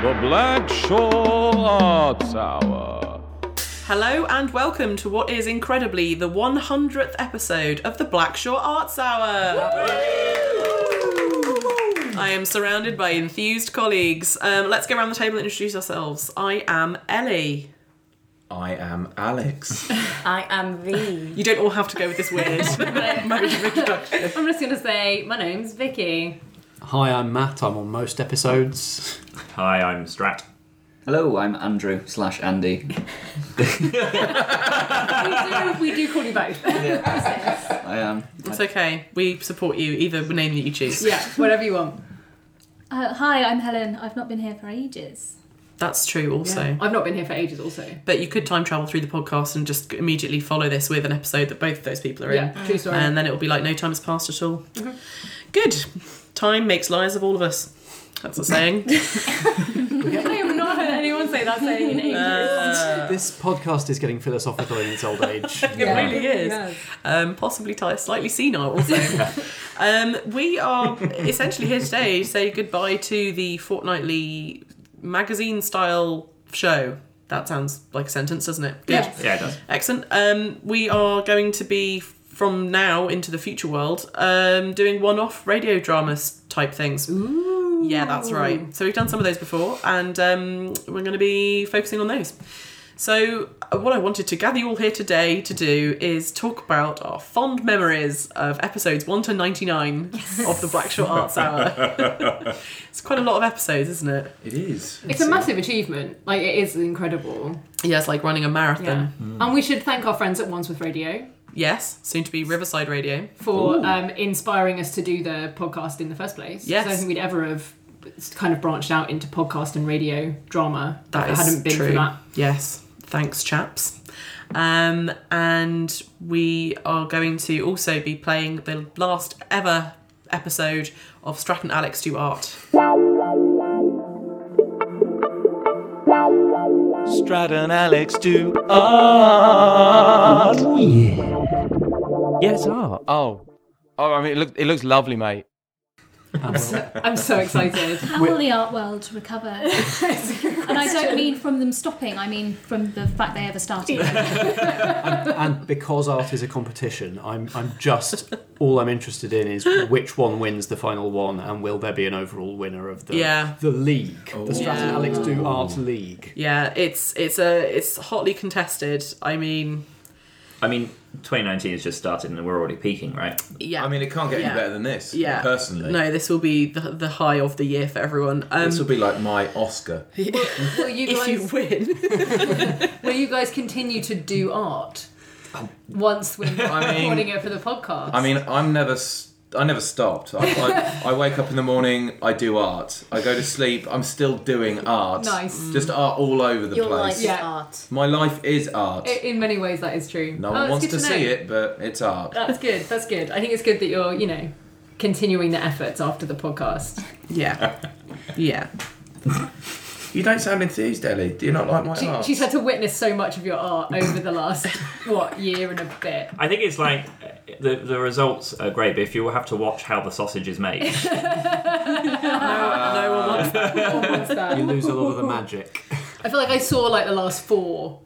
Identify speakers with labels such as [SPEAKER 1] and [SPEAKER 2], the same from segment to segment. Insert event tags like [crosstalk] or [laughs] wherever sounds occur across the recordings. [SPEAKER 1] The Black Shaw Arts Hour.
[SPEAKER 2] Hello and welcome to what is incredibly the 100th episode of the Blackshaw Arts Hour. I am surrounded by enthused colleagues. Um, let's go around the table and introduce ourselves. I am Ellie.
[SPEAKER 3] I am Alex.
[SPEAKER 4] [laughs] I am V.
[SPEAKER 2] You don't all have to go with this weird mode of introduction.
[SPEAKER 4] I'm just gonna say my name's [laughs] Vicky.
[SPEAKER 5] Hi, I'm Matt. I'm on most episodes.
[SPEAKER 6] Hi, I'm Strat.
[SPEAKER 7] Hello, I'm Andrew slash Andy.
[SPEAKER 4] We do, [laughs] we do call you both.
[SPEAKER 7] I am.
[SPEAKER 2] It's okay. We support you, either name that you choose.
[SPEAKER 4] yeah, whatever you want.
[SPEAKER 8] Uh, hi, I'm Helen. I've not been here for ages.
[SPEAKER 2] That's true also.
[SPEAKER 4] Yeah. I've not been here for ages. Also,
[SPEAKER 2] But you could time travel through the podcast and just immediately follow this with an episode that both of those people are in.
[SPEAKER 4] yeah, true story.
[SPEAKER 2] and then it'll be like no time has passed at all. Good. Time makes liars of all of us. That's
[SPEAKER 4] [laughs]
[SPEAKER 2] a saying.
[SPEAKER 4] I have not heard anyone say that saying in ages.
[SPEAKER 2] Uh,
[SPEAKER 6] Uh,
[SPEAKER 5] this podcast is getting philosophical in its old age.
[SPEAKER 2] [laughs] It really is. Um, possibly ti- slightly senile
[SPEAKER 5] [laughs]
[SPEAKER 2] also. um, we are essentially here today to say goodbye to the fortnightly magazine style show. That sounds like a sentence, doesn't it? Good.
[SPEAKER 4] Yes.
[SPEAKER 6] Yeah, it does.
[SPEAKER 2] Excellent. Um, we are going to be from now into the future world um, doing one-off radio dramas type things. Ooh. Yeah, that's
[SPEAKER 4] Mm.
[SPEAKER 2] right. So we've done some of those before, and um, we're going to be focusing on those. So uh, what I wanted to gather you all here today to do is talk about our fond memories of episodes one to ninety-nine of the Blackshaw Arts
[SPEAKER 4] [laughs]
[SPEAKER 2] Hour. it's quite a lot of episodes, isn't it?
[SPEAKER 3] it is.
[SPEAKER 4] It's a massive achievement. Like it is incredible.
[SPEAKER 2] Yeah, it's like running a marathon. Hmm.
[SPEAKER 4] Yeah.
[SPEAKER 3] Mm.
[SPEAKER 4] Um, And we should thank our friends at Once with Radio
[SPEAKER 2] Yes, soon to be Riverside Radio.
[SPEAKER 4] for um, inspiring us to do the podcast in the first place. 'Cause
[SPEAKER 2] Yes.
[SPEAKER 4] I don't think we'd ever have kind of branched out into podcast and radio drama
[SPEAKER 2] That
[SPEAKER 4] if it
[SPEAKER 2] is
[SPEAKER 4] hadn't been
[SPEAKER 2] true.
[SPEAKER 4] for
[SPEAKER 2] [laughs]
[SPEAKER 4] that.
[SPEAKER 2] Yes, thanks, chaps. Um, and we are going to also be playing the last ever episode of Stratton Alex Do Art.
[SPEAKER 9] Strat and Alex do art.
[SPEAKER 4] Oh,
[SPEAKER 9] Yes, art. Oh, oh. I mean, it, look, it looks lovely, mate.
[SPEAKER 4] I'm so excited.
[SPEAKER 8] How will the art world recover? and I don't mean from them stopping, I mean from the fact they ever started.
[SPEAKER 5] and because art is a competition, I'm, I'm just all I'm interested in is which one wins the final one, and will there be an overall winner of the
[SPEAKER 2] Yeah.
[SPEAKER 5] the league, the Stratton
[SPEAKER 2] Yeah.
[SPEAKER 5] Alex Do Art League?
[SPEAKER 2] Yeah, it's it's a it's hotly contested. I mean,
[SPEAKER 6] I mean, 2019 has just started and we're already peaking, right?
[SPEAKER 2] yeah.
[SPEAKER 3] I mean, it can't get
[SPEAKER 2] Yeah.
[SPEAKER 3] any better than this.
[SPEAKER 2] yeah.
[SPEAKER 3] Personally.
[SPEAKER 2] no, this will be the, the high of the year for everyone. Um,
[SPEAKER 3] This will be like my Oscar.
[SPEAKER 4] Will you
[SPEAKER 2] if
[SPEAKER 4] guys,
[SPEAKER 2] you
[SPEAKER 4] [laughs]
[SPEAKER 2] win, Um,
[SPEAKER 4] will you guys continue to do art once we're
[SPEAKER 3] I mean-
[SPEAKER 4] recording it for the podcast?
[SPEAKER 3] I mean, I'm never. s- I never stopped. I, I, I wake up in the morning. I do art. I go to sleep. I'm still doing art.
[SPEAKER 4] Nice.
[SPEAKER 3] Just art all over the place.
[SPEAKER 4] Yeah. art.
[SPEAKER 3] My life is art.
[SPEAKER 4] I- in many ways, that is true.
[SPEAKER 3] no
[SPEAKER 4] Oh,
[SPEAKER 3] one
[SPEAKER 4] it's
[SPEAKER 3] wants
[SPEAKER 4] good
[SPEAKER 3] to,
[SPEAKER 4] know.
[SPEAKER 3] see it, but it's art.
[SPEAKER 4] That's good. That's good. I think it's good that you're, you know, continuing the efforts after the podcast.
[SPEAKER 2] yeah, yeah.
[SPEAKER 3] You don't sound enthused, Ellie. Do you not like my
[SPEAKER 4] She,
[SPEAKER 3] art?
[SPEAKER 4] she's had to witness so much of your art over the last what year and a bit.
[SPEAKER 6] I think it's like uh, the the results are great, but if you have to watch how the sausage is made,
[SPEAKER 2] [laughs] no one wants
[SPEAKER 4] What's
[SPEAKER 5] You
[SPEAKER 4] that?
[SPEAKER 5] lose a lot of the magic.
[SPEAKER 4] I feel like I saw like the last four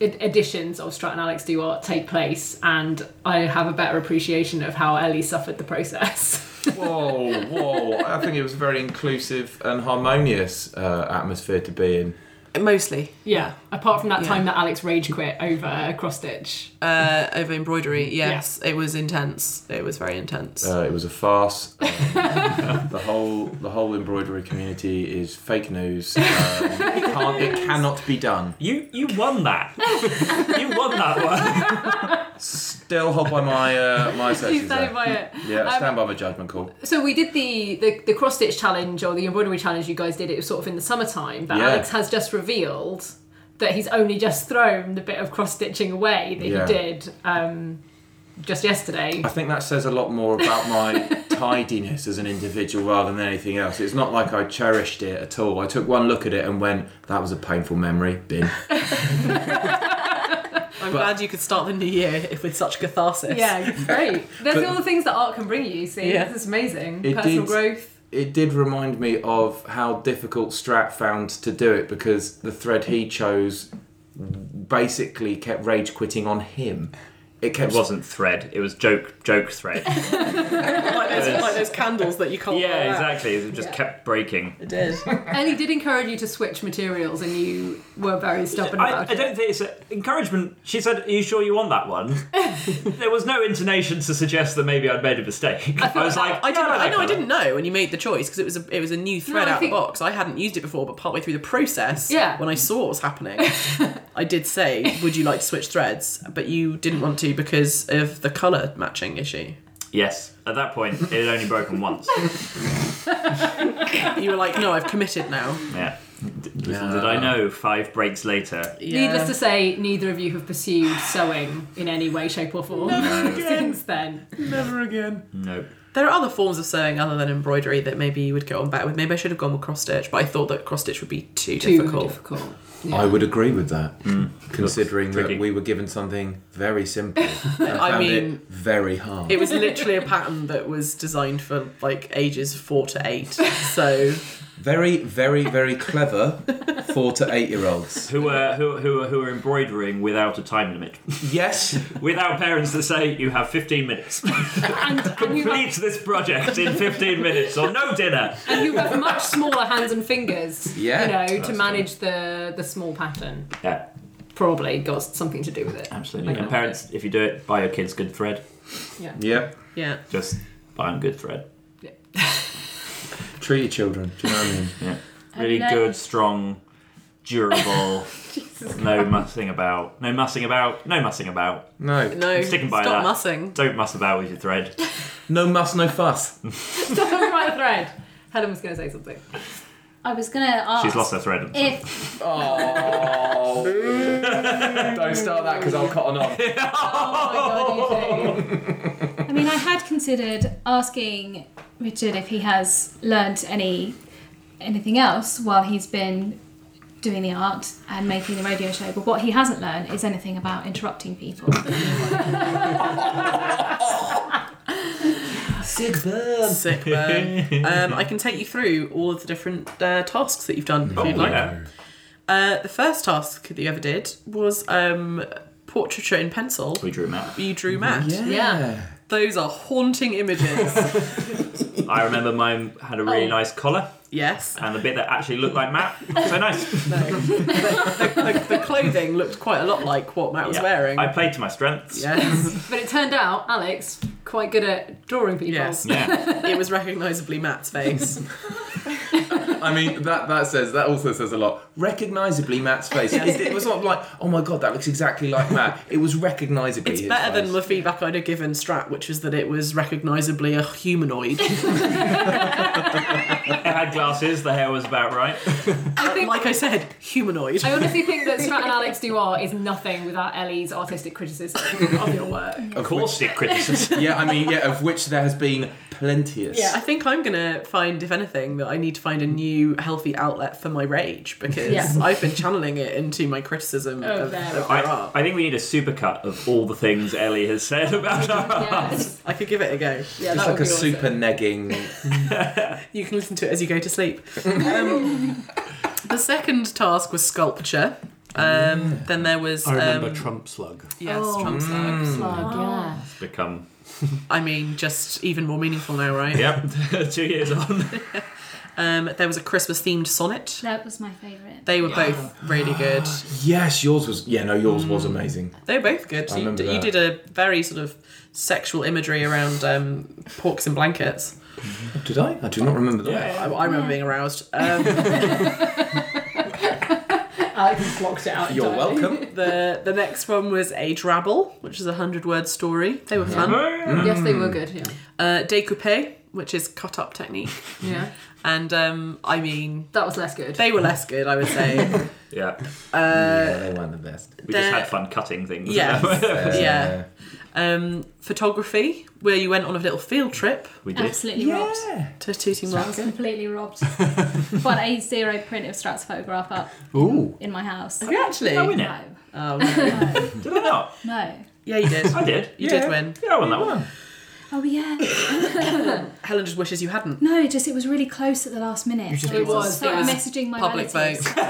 [SPEAKER 4] ed- editions of Strat and Alex Do Art take place, and I have a better appreciation of how Ellie suffered the process. [laughs]
[SPEAKER 3] [laughs] Whoa, whoa! I think it was a very inclusive and harmonious uh, atmosphere to be in.
[SPEAKER 2] mostly
[SPEAKER 4] Yeah, apart from that
[SPEAKER 2] Yeah.
[SPEAKER 4] time that Alex rage quit over cross stitch.
[SPEAKER 2] uh, over embroidery. Yes, it was intense. It was very intense.
[SPEAKER 3] Uh, it was a farce. Um, [laughs] the whole the whole embroidery community is fake news. Um, it, can't, it cannot be done.
[SPEAKER 6] you you won that. you won that one.
[SPEAKER 3] Still hold by my uh, my
[SPEAKER 4] Please
[SPEAKER 3] assertions.
[SPEAKER 4] stand
[SPEAKER 3] there.
[SPEAKER 4] by it.
[SPEAKER 3] Yeah,
[SPEAKER 4] Um,
[SPEAKER 3] stand by my judgment call.
[SPEAKER 4] So we did the, the the cross stitch challenge or the embroidery challenge you guys did. It was sort of in the summertime, but
[SPEAKER 3] Yeah.
[SPEAKER 4] Alex has just revealed that he's only just thrown the bit of cross stitching away that
[SPEAKER 3] Yeah.
[SPEAKER 4] he did um, just
[SPEAKER 3] [laughs]
[SPEAKER 4] yesterday.
[SPEAKER 3] I think that says a lot more
[SPEAKER 2] [laughs]
[SPEAKER 3] about my tidiness as an individual rather than anything else. It's not like I cherished it at all. I took one look at it and went, "That was a painful memory." Bin.
[SPEAKER 2] Mm-hmm. I'm glad you could start the new year with such catharsis. [laughs]
[SPEAKER 4] Yeah, it's great. There's all the things that art can bring you. See,
[SPEAKER 2] Yeah.
[SPEAKER 4] this is amazing.
[SPEAKER 3] It
[SPEAKER 4] Personal
[SPEAKER 3] did-
[SPEAKER 4] growth.
[SPEAKER 3] it did remind me of how difficult Strat found to do it because the thread he chose basically kept rage quitting on him. It kept
[SPEAKER 6] It wasn't thread. It was joke [laughs] joke
[SPEAKER 2] [laughs]
[SPEAKER 6] thread.
[SPEAKER 2] like, those, like those candles that you can't.
[SPEAKER 6] yeah,
[SPEAKER 2] blow out.
[SPEAKER 6] exactly. It just kept breaking.
[SPEAKER 2] It did.
[SPEAKER 4] [laughs] Ellie did encourage you to switch materials, and you were very stubborn
[SPEAKER 6] I,
[SPEAKER 4] about
[SPEAKER 6] I
[SPEAKER 4] it.
[SPEAKER 2] [laughs]
[SPEAKER 6] don't think it's a, encouragement. She said, "Are you sure you want that one?" there was no intonation to suggest that maybe I'd made a mistake. I, was like,
[SPEAKER 2] I
[SPEAKER 6] "Yeah,
[SPEAKER 2] didn't. I know. I
[SPEAKER 6] like
[SPEAKER 2] didn't know when you made the choice because it was a it was a new thread
[SPEAKER 4] No, I
[SPEAKER 2] out
[SPEAKER 4] think-
[SPEAKER 2] the box. I hadn't used it before, but partway through the process,
[SPEAKER 4] Yeah.
[SPEAKER 2] when I saw what
[SPEAKER 4] [laughs]
[SPEAKER 2] was happening, I did say, "Would you like to switch threads?" But you didn't want to because of the color matching issue.
[SPEAKER 6] that." Yes, at that point, it had only broken once.
[SPEAKER 2] You were like, "No, I've committed now."
[SPEAKER 6] Yeah. D- Little did I know, five breaks later.
[SPEAKER 2] Yeah.
[SPEAKER 4] Needless to say, neither of you have pursued sewing in any way, shape, or form [laughs] since then.
[SPEAKER 2] never again.
[SPEAKER 6] [laughs] Nope.
[SPEAKER 2] There are other forms of sewing other than embroidery that maybe you would go on better with. Maybe I should have gone with cross stitch, but I thought that cross stitch would be too,
[SPEAKER 4] Too
[SPEAKER 2] difficult.
[SPEAKER 4] difficult.
[SPEAKER 3] I would agree with that, considering that
[SPEAKER 6] Mm. tricky.
[SPEAKER 3] we were given something very
[SPEAKER 2] [laughs]
[SPEAKER 3] simple. and
[SPEAKER 2] I
[SPEAKER 3] found
[SPEAKER 2] mean-
[SPEAKER 3] it very hard.
[SPEAKER 2] It was literally a pattern that was designed for like ages four to eight. So
[SPEAKER 3] Very, very, very clever four to eight year olds.
[SPEAKER 6] Who are who who are who are embroidering without a time limit,
[SPEAKER 3] Yes,
[SPEAKER 6] without parents that say you have 15 minutes. [laughs]
[SPEAKER 4] And, and, you have,
[SPEAKER 6] Complete this project in 15 minutes or no dinner.
[SPEAKER 4] and you have much smaller hands and fingers,
[SPEAKER 3] Yeah.
[SPEAKER 4] you know, to manage the, the small pattern.
[SPEAKER 6] Yeah,
[SPEAKER 4] Probably got something to do with it.
[SPEAKER 6] absolutely.
[SPEAKER 4] Like
[SPEAKER 6] And parents, if you do it, buy your kids good thread.
[SPEAKER 3] Yep.
[SPEAKER 2] yeah.
[SPEAKER 6] Just buy them good thread.
[SPEAKER 3] Treat your children. Do you know what I mean?
[SPEAKER 6] Really
[SPEAKER 8] no.
[SPEAKER 6] good, strong, durable. no mussing about. No mussing about. No mussing about.
[SPEAKER 3] No.
[SPEAKER 2] No,
[SPEAKER 6] sticking by
[SPEAKER 2] stop
[SPEAKER 6] that.
[SPEAKER 2] mussing.
[SPEAKER 6] Don't muss about with your thread.
[SPEAKER 3] [laughs] No muss, no
[SPEAKER 4] [laughs]
[SPEAKER 3] fuss.
[SPEAKER 4] Stop talking about the thread. Helen was going to say something.
[SPEAKER 8] I was gonna ask.
[SPEAKER 6] She's lost her thread.
[SPEAKER 8] If
[SPEAKER 3] Oh. Don't start that because I'll cotton on.
[SPEAKER 8] I mean, I had considered asking Richard if he has learnt any anything else while he's been doing the art and making the radio show, but what he hasn't learned is anything about interrupting people.
[SPEAKER 3] Sick burn.
[SPEAKER 2] Sick burn. um, I can take you through all of the different uh, tasks that you've done if you'd like.
[SPEAKER 6] Oh, yeah.
[SPEAKER 2] Uh, the first task that you ever did was um, portraiture in pencil.
[SPEAKER 6] We drew a map.
[SPEAKER 2] You drew Matt.
[SPEAKER 4] Yeah.
[SPEAKER 2] Those are haunting images.
[SPEAKER 6] [laughs] I remember mine had a really
[SPEAKER 4] Oh.
[SPEAKER 6] nice collar
[SPEAKER 2] yes.
[SPEAKER 6] and the bit that actually looked like map. So nice.
[SPEAKER 2] No. the, the, the clothing looked quite a lot like what Matt was
[SPEAKER 6] Yeah.
[SPEAKER 2] wearing.
[SPEAKER 6] I
[SPEAKER 2] [laughs]
[SPEAKER 6] played to my strengths.
[SPEAKER 2] Yes.
[SPEAKER 4] But it turned out Alex, quite good at drawing people. [laughs]
[SPEAKER 2] Yes.
[SPEAKER 6] [laughs] Yeah.
[SPEAKER 2] It was recognisably Matt's face.
[SPEAKER 3] I mean, that, that says that also says a lot. Recognisably Matt's face. It, it was not like, oh my god, that looks exactly like Matt. It was recognisably.
[SPEAKER 2] It's
[SPEAKER 3] his
[SPEAKER 2] better
[SPEAKER 3] face.
[SPEAKER 2] than the feedback I'd have given Strat, which was that it was recognisably a humanoid,
[SPEAKER 6] It had glasses, the hair was about right.
[SPEAKER 4] I think
[SPEAKER 2] like I said, humanoid.
[SPEAKER 4] I [laughs] honestly think that Strat and Alex Duart is nothing without Ellie's artistic criticism of your work.
[SPEAKER 6] Of course, it criticism.
[SPEAKER 3] Yeah, I mean, yeah, of which there has been plenteous.
[SPEAKER 2] I think I'm gonna find, if anything, that I need to find a new healthy outlet for my rage because
[SPEAKER 4] Yeah.
[SPEAKER 2] [laughs] I've been channeling it into my criticism
[SPEAKER 4] Oh,
[SPEAKER 2] of,
[SPEAKER 4] there
[SPEAKER 2] of
[SPEAKER 4] we
[SPEAKER 2] their
[SPEAKER 4] are.
[SPEAKER 6] I, [laughs]
[SPEAKER 2] art.
[SPEAKER 6] I think we need a supercut of all the things Ellie has said
[SPEAKER 2] [laughs]
[SPEAKER 6] about our
[SPEAKER 4] Yes.
[SPEAKER 2] I could give it a go.
[SPEAKER 4] Yeah,
[SPEAKER 3] It's
[SPEAKER 4] that would
[SPEAKER 3] like a
[SPEAKER 4] be awesome.
[SPEAKER 3] super negging.
[SPEAKER 2] You can listen to it as you go to
[SPEAKER 6] [laughs]
[SPEAKER 2] sleep. Um, the second task was sculpture. Um, Then there was
[SPEAKER 5] I remember
[SPEAKER 2] um,
[SPEAKER 5] Trump Slug.
[SPEAKER 2] yes,
[SPEAKER 4] Oh.
[SPEAKER 2] Trump slugs.
[SPEAKER 4] slug. Yeah.
[SPEAKER 6] Oh. become.
[SPEAKER 2] I mean, just even more meaningful now, right? [laughs]
[SPEAKER 6] Yep, [laughs] two years on.
[SPEAKER 2] Um, there was a Christmas themed sonnet.
[SPEAKER 8] that was my favourite.
[SPEAKER 2] They were both really good.
[SPEAKER 3] yes, yours was. Yeah, no, yours was amazing.
[SPEAKER 2] They were both good.
[SPEAKER 3] I
[SPEAKER 2] you,
[SPEAKER 3] remember
[SPEAKER 2] d- you
[SPEAKER 3] that.
[SPEAKER 2] did a very sort of sexual imagery around um, porks and blankets.
[SPEAKER 3] Did I? I do not remember that.
[SPEAKER 2] I, I remember
[SPEAKER 4] [laughs]
[SPEAKER 2] being aroused. Um,
[SPEAKER 4] Alex has blocked it out.
[SPEAKER 3] You're
[SPEAKER 4] entirely.
[SPEAKER 3] welcome.
[SPEAKER 2] the the next one was a drabble, which is a hundred word story. They were fun.
[SPEAKER 4] Mm. Yes, they were good. Yeah.
[SPEAKER 2] Uh, découpé, which is cut up technique,
[SPEAKER 4] Yeah.
[SPEAKER 2] and um, I mean
[SPEAKER 4] That was less good.
[SPEAKER 2] they were less good, I would
[SPEAKER 3] [laughs]
[SPEAKER 2] say. Uh,
[SPEAKER 6] Yeah,
[SPEAKER 3] yeah, they weren't the best.
[SPEAKER 6] we
[SPEAKER 2] There-
[SPEAKER 6] just had fun cutting things. [laughs]
[SPEAKER 2] Yes.
[SPEAKER 3] Uh,
[SPEAKER 2] yeah. Um, photography, where you went on a little field trip
[SPEAKER 6] we did.
[SPEAKER 8] Absolutely robbed.
[SPEAKER 2] to Tooting
[SPEAKER 8] I was
[SPEAKER 2] Market.
[SPEAKER 8] completely robbed. Got a zero print of Strat's photograph up
[SPEAKER 5] Ooh.
[SPEAKER 8] in my house.
[SPEAKER 2] Have you actually?
[SPEAKER 6] I win it.
[SPEAKER 8] No,
[SPEAKER 2] Oh, no.
[SPEAKER 6] [laughs] Did I not?
[SPEAKER 8] no.
[SPEAKER 2] yeah, you did.
[SPEAKER 6] I did.
[SPEAKER 2] You did win.
[SPEAKER 6] Yeah, I won that one.
[SPEAKER 8] oh yeah.
[SPEAKER 2] Helen just wishes you hadn't.
[SPEAKER 8] [coughs] No, just it was really close at the last minute.
[SPEAKER 5] just-
[SPEAKER 8] so I
[SPEAKER 5] It
[SPEAKER 4] was,
[SPEAKER 8] started
[SPEAKER 4] yeah.
[SPEAKER 8] messaging my
[SPEAKER 2] Public
[SPEAKER 8] relatives.
[SPEAKER 2] vote.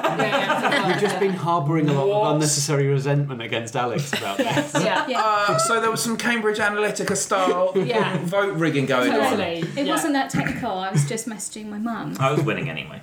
[SPEAKER 5] We've just been harbouring a lot of unnecessary resentment against Alex about this.
[SPEAKER 8] Yes.
[SPEAKER 4] Yeah.
[SPEAKER 8] yeah.
[SPEAKER 5] Oh,
[SPEAKER 3] Uh, so there was some Cambridge Analytica style
[SPEAKER 4] Yeah.
[SPEAKER 3] [laughs] vote rigging going on.
[SPEAKER 4] Totally.
[SPEAKER 8] It
[SPEAKER 4] yeah.
[SPEAKER 8] wasn't that technical. I was just messaging my mum.
[SPEAKER 6] I was winning anyway.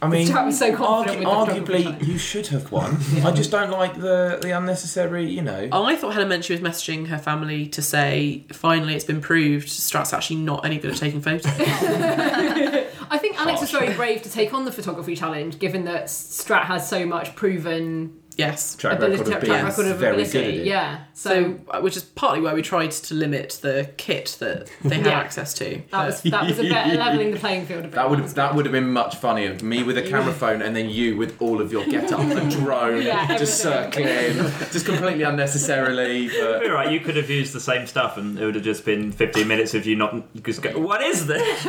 [SPEAKER 3] I mean,
[SPEAKER 4] Jack was so confident
[SPEAKER 3] argu-
[SPEAKER 4] with the
[SPEAKER 3] arguably
[SPEAKER 4] trouble.
[SPEAKER 3] you should have won. I just don't like the the unnecessary, you know.
[SPEAKER 4] Oh.
[SPEAKER 2] I thought Helen meant she was messaging her family to say, finally, it's been proved Strat's actually not any good at
[SPEAKER 4] [laughs]
[SPEAKER 2] taking photos.
[SPEAKER 4] I think Alex was very brave to take on the photography challenge, given that Strat has so much proven
[SPEAKER 2] yes.
[SPEAKER 3] Track
[SPEAKER 4] ability,
[SPEAKER 3] record of being
[SPEAKER 4] track record of
[SPEAKER 3] very
[SPEAKER 4] ability.
[SPEAKER 3] good at it.
[SPEAKER 4] Yeah.
[SPEAKER 2] So, uh,
[SPEAKER 4] So
[SPEAKER 2] which is partly why we tried to limit the kit that they had
[SPEAKER 4] Yeah.
[SPEAKER 2] access to.
[SPEAKER 4] that was that was a
[SPEAKER 6] [laughs]
[SPEAKER 4] better leveling the playing field. A bit
[SPEAKER 3] That would have that would have been much funnier. Me with a camera phone, and then you with all of your get up,
[SPEAKER 4] [laughs]
[SPEAKER 3] the drone,
[SPEAKER 4] Yeah,
[SPEAKER 3] just circling, just completely unnecessarily. But
[SPEAKER 6] You're right. You could have used the same stuff, and it would have just been 15 minutes of you not just go. What is [laughs] this?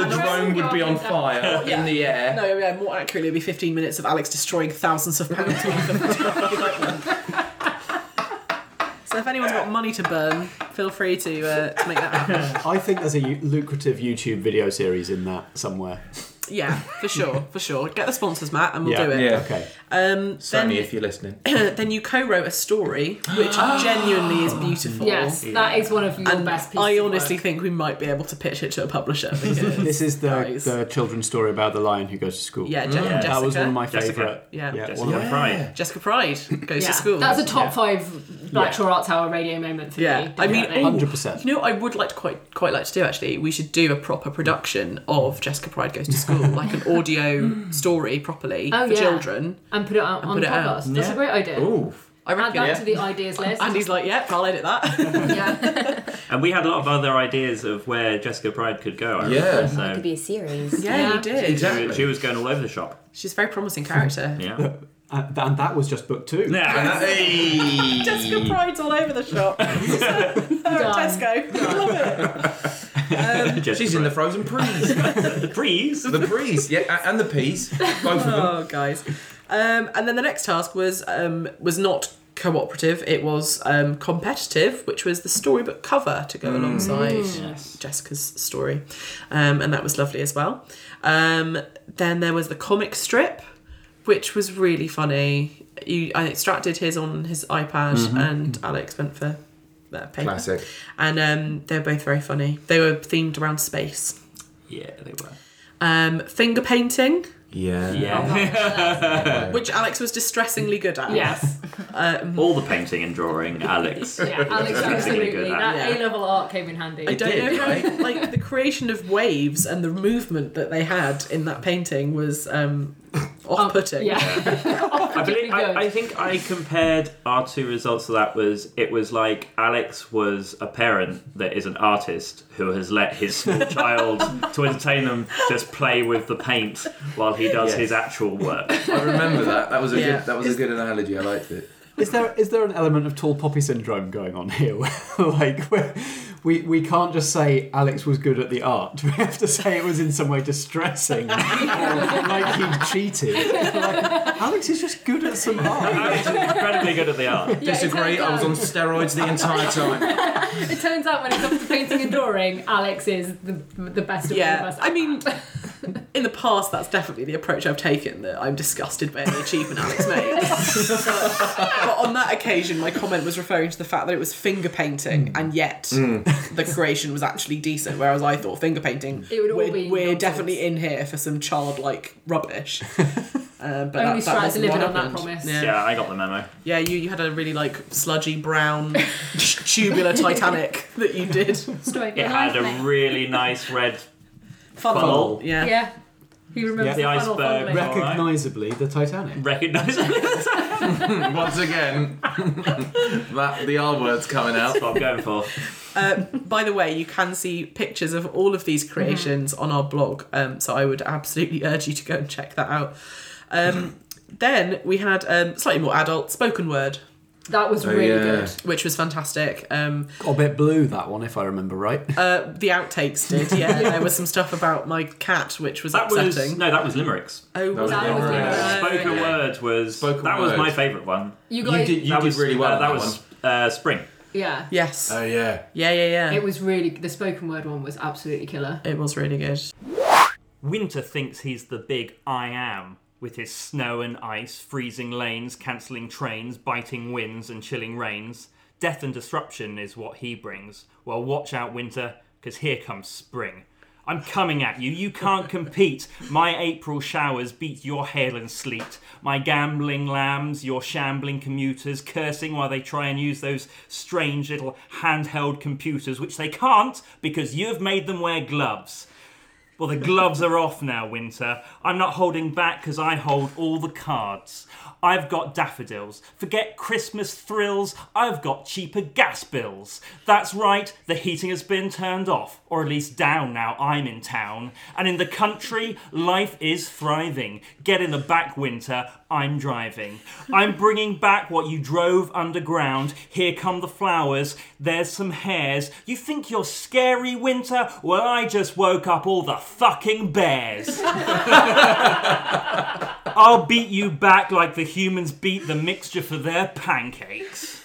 [SPEAKER 3] the drone would be on fire in the air.
[SPEAKER 2] No, yeah, more accurately, it'd be 15 minutes of Alex destroying thousands of pounds worth of So if anyone's got money to burn, feel free to, uh, to make that happen.
[SPEAKER 5] [laughs] I think there's a u- lucrative YouTube video series in that somewhere.
[SPEAKER 2] Yeah, for sure, for sure. Get the sponsors, Matt, and we'll
[SPEAKER 5] Yeah.
[SPEAKER 2] do it.
[SPEAKER 3] Yeah.
[SPEAKER 5] Okay.
[SPEAKER 2] Um,
[SPEAKER 3] Sony,
[SPEAKER 2] then,
[SPEAKER 3] if you're listening,
[SPEAKER 2] [clears throat] then you co-wrote a story, which
[SPEAKER 3] [gasps]
[SPEAKER 2] genuinely is beautiful.
[SPEAKER 4] Yes, that is one of your
[SPEAKER 2] And
[SPEAKER 4] best pieces.
[SPEAKER 2] I
[SPEAKER 4] of
[SPEAKER 2] honestly
[SPEAKER 4] work.
[SPEAKER 2] think we might be able to pitch it to
[SPEAKER 4] [laughs]
[SPEAKER 2] a publisher.
[SPEAKER 5] [laughs]
[SPEAKER 2] because-
[SPEAKER 5] This is the,
[SPEAKER 2] Guys.
[SPEAKER 5] the children's story about the lion who goes to school.
[SPEAKER 2] yeah, Je- Jessica.
[SPEAKER 5] That was one of my
[SPEAKER 6] Jessica.
[SPEAKER 5] favourite.
[SPEAKER 2] Yeah.
[SPEAKER 6] Jessica
[SPEAKER 5] one of my-
[SPEAKER 6] Pride.
[SPEAKER 2] Jessica Pride goes
[SPEAKER 4] yeah.
[SPEAKER 2] to school.
[SPEAKER 4] That's a top five Blackshaw Arts Hour radio moment for
[SPEAKER 2] Yeah,
[SPEAKER 4] me.
[SPEAKER 2] I mean,
[SPEAKER 4] definitely.
[SPEAKER 2] all-
[SPEAKER 5] 100%.
[SPEAKER 2] You know, what I would like to quite quite like to do actually. We should do a proper production of Jessica Pride Goes to School, like an audio story properly
[SPEAKER 4] Oh,
[SPEAKER 2] for
[SPEAKER 4] yeah.
[SPEAKER 2] children.
[SPEAKER 4] and put it out on
[SPEAKER 2] put
[SPEAKER 4] the
[SPEAKER 2] it out.
[SPEAKER 4] podcast. That's a great idea.
[SPEAKER 3] ooh,
[SPEAKER 2] I
[SPEAKER 4] Add that
[SPEAKER 2] reckon.
[SPEAKER 4] to the ideas list.
[SPEAKER 2] And he's like, "Yep, I'll edit that."
[SPEAKER 4] yeah,
[SPEAKER 6] And we had a lot of other ideas of where Jessica Pride could go. I
[SPEAKER 3] Yeah.
[SPEAKER 6] remember,
[SPEAKER 10] It could be a series.
[SPEAKER 2] yeah,
[SPEAKER 4] Yeah.
[SPEAKER 2] you did.
[SPEAKER 6] so she, she was going all over the shop.
[SPEAKER 2] She's a very promising character.
[SPEAKER 5] [laughs]
[SPEAKER 6] Yeah.
[SPEAKER 5] And, Uh, and that was just book two. [laughs]
[SPEAKER 6] yeah.
[SPEAKER 2] [laughs] Jessica Pride's all over the shop. [laughs] Tesco. [laughs]
[SPEAKER 4] Um,
[SPEAKER 6] [laughs] Jessica
[SPEAKER 3] she's in the
[SPEAKER 6] Pride.
[SPEAKER 3] frozen breeze.
[SPEAKER 6] the breeze.
[SPEAKER 3] the breeze, yeah, a- and the peas, [laughs] both of them.
[SPEAKER 2] Oh, guys. Um, and then the next task was um, was not cooperative. It was um, competitive, which was the storybook cover to
[SPEAKER 3] Mm.
[SPEAKER 2] go alongside Jessica's story, um, and that was lovely as well. Um, then there was the comic strip, which was really funny. You, I extracted his on his iPad, and Alex went for that paper.
[SPEAKER 3] Mm-hmm. Classic.
[SPEAKER 2] And um, they were both very funny. They were themed around space.
[SPEAKER 6] Yeah, they were.
[SPEAKER 2] Um, finger painting,
[SPEAKER 3] Yeah.
[SPEAKER 6] Yeah.
[SPEAKER 2] Oh,
[SPEAKER 6] [laughs]
[SPEAKER 2] which Alex was distressingly good at. Um,
[SPEAKER 4] yes,
[SPEAKER 6] all the painting and drawing, Alex.
[SPEAKER 2] [laughs]
[SPEAKER 4] yeah. Alex,
[SPEAKER 6] That's [laughs] really
[SPEAKER 4] absolutely.
[SPEAKER 6] good,
[SPEAKER 4] That
[SPEAKER 2] that. Yeah.
[SPEAKER 4] A-level art came in handy.
[SPEAKER 2] I
[SPEAKER 4] [laughs]
[SPEAKER 2] don't
[SPEAKER 3] did,
[SPEAKER 2] know.
[SPEAKER 3] right?
[SPEAKER 2] Like, [laughs] like the creation of waves and the movement that they had in that painting was um, off-putting.
[SPEAKER 4] Oh, Yeah,
[SPEAKER 6] I, believe, I, I think I compared our two results to that was it was like Alex was a parent that is an artist who has let his
[SPEAKER 2] [laughs]
[SPEAKER 6] small child to entertain them just play with the paint while he does
[SPEAKER 3] Yes.
[SPEAKER 6] his actual work.
[SPEAKER 3] I remember that. That was a
[SPEAKER 2] Yeah.
[SPEAKER 3] good. That was a good analogy. I liked it.
[SPEAKER 5] Is there is there an element of tall poppy syndrome going on here? [laughs] like where we we can't just say Alex was good at the art. [laughs] We have to say it was in some way
[SPEAKER 2] [laughs]
[SPEAKER 5] distressing, or like he cheated. Like, Alex is just good at some
[SPEAKER 2] [laughs]
[SPEAKER 6] [laughs]
[SPEAKER 5] art.
[SPEAKER 6] Alex is incredibly good at the art.
[SPEAKER 4] Yeah, it
[SPEAKER 3] Disagree.
[SPEAKER 4] turns
[SPEAKER 3] I was
[SPEAKER 4] out-
[SPEAKER 3] on steroids the entire time.
[SPEAKER 4] It turns out when it comes to painting and drawing, Alex is the, the best of all
[SPEAKER 2] Yeah,
[SPEAKER 4] of us.
[SPEAKER 2] I mean, [laughs] in the past, that's definitely the approach I've taken. That I'm disgusted by any achievement
[SPEAKER 4] [laughs]
[SPEAKER 2] Alex makes. but on that occasion, my comment was referring to the fact that it was finger painting, and yet
[SPEAKER 10] [laughs]
[SPEAKER 2] the creation was actually decent. Whereas I thought finger painting,
[SPEAKER 4] It would all
[SPEAKER 2] we're,
[SPEAKER 4] be
[SPEAKER 2] we're
[SPEAKER 4] nonsense.
[SPEAKER 2] definitely in here for some childlike rubbish. Uh, but
[SPEAKER 4] only
[SPEAKER 2] that, that
[SPEAKER 4] Strat
[SPEAKER 2] wasn't
[SPEAKER 4] delivered
[SPEAKER 2] what
[SPEAKER 4] on that
[SPEAKER 2] happened.
[SPEAKER 4] promise.
[SPEAKER 6] Yeah, I got the memo.
[SPEAKER 2] Yeah, you, you had a really like sludgy
[SPEAKER 4] [laughs]
[SPEAKER 2] brown tubular Titanic that you
[SPEAKER 6] [laughs]
[SPEAKER 2] did. Funnel.
[SPEAKER 8] Story of my
[SPEAKER 6] It had
[SPEAKER 8] life,
[SPEAKER 6] a
[SPEAKER 8] mate.
[SPEAKER 6] really nice red. Funnel.
[SPEAKER 2] Yeah.
[SPEAKER 4] Yeah. He remembers
[SPEAKER 6] Yeah. The
[SPEAKER 4] funnel
[SPEAKER 6] iceberg.
[SPEAKER 4] funnelling.
[SPEAKER 6] Rec-
[SPEAKER 5] Recognisably, the Titanic.
[SPEAKER 6] Recognise
[SPEAKER 3] Once again, that the R word's coming out.
[SPEAKER 6] That's what I'm going for.
[SPEAKER 2] Uh, By the way, you can see pictures of all of these creations
[SPEAKER 4] Mm-hmm.
[SPEAKER 2] on our blog, um, so I would absolutely urge you to go and check that out. Um, then we had um, slightly more adult spoken word,
[SPEAKER 4] That
[SPEAKER 6] Oh,
[SPEAKER 4] was really
[SPEAKER 3] yeah.
[SPEAKER 4] good.
[SPEAKER 2] which was fantastic. Um,
[SPEAKER 5] Got a bit blue that one, if I remember right.
[SPEAKER 2] uh, the outtakes
[SPEAKER 4] [laughs]
[SPEAKER 2] did, yeah. There was some stuff about my cat, which was
[SPEAKER 6] That was
[SPEAKER 2] upsetting.
[SPEAKER 6] no, that was limericks.
[SPEAKER 2] oh, was
[SPEAKER 3] That
[SPEAKER 2] it?
[SPEAKER 4] was
[SPEAKER 2] Oh,
[SPEAKER 4] Yeah.
[SPEAKER 6] Spoken
[SPEAKER 2] okay.
[SPEAKER 6] word was
[SPEAKER 3] Spoken
[SPEAKER 6] that was
[SPEAKER 3] word.
[SPEAKER 6] my favourite one.
[SPEAKER 4] You
[SPEAKER 3] You
[SPEAKER 4] guys,
[SPEAKER 3] did. You
[SPEAKER 6] that
[SPEAKER 3] did
[SPEAKER 6] was
[SPEAKER 3] really well.
[SPEAKER 6] uh,
[SPEAKER 3] on
[SPEAKER 6] that was uh, spring.
[SPEAKER 4] Yeah.
[SPEAKER 2] Yes.
[SPEAKER 3] Oh yeah.
[SPEAKER 2] yeah, yeah, yeah.
[SPEAKER 4] It was really the spoken word one was absolutely killer.
[SPEAKER 2] It was really good.
[SPEAKER 10] Winter thinks he's the big I am, with his snow and ice, freezing lanes, cancelling trains, biting winds, and chilling rains. Death and disruption is what he brings. Well, watch out, Winter, because here comes spring. I'm coming at you, you can't compete. My April showers beat your hail and sleet. My gambling lambs, your shambling commuters, cursing while they try and use those strange little handheld computers, which they can't because you've made them wear gloves. Well, the gloves are off now, Winter. I'm not holding back because I hold all the cards. I've got daffodils. Forget Christmas thrills. I've got cheaper gas bills. That's right, the heating has been turned off, or at least down now I'm in town. And in the country, life is thriving. Get in the back, Winter. I'm driving. I'm bringing back what you drove underground. Here come the flowers. There's some hares. You think you're scary, Winter? Well, I just woke up all the fucking bears. [laughs] I'll beat you back like the humans beat the mixture for their pancakes.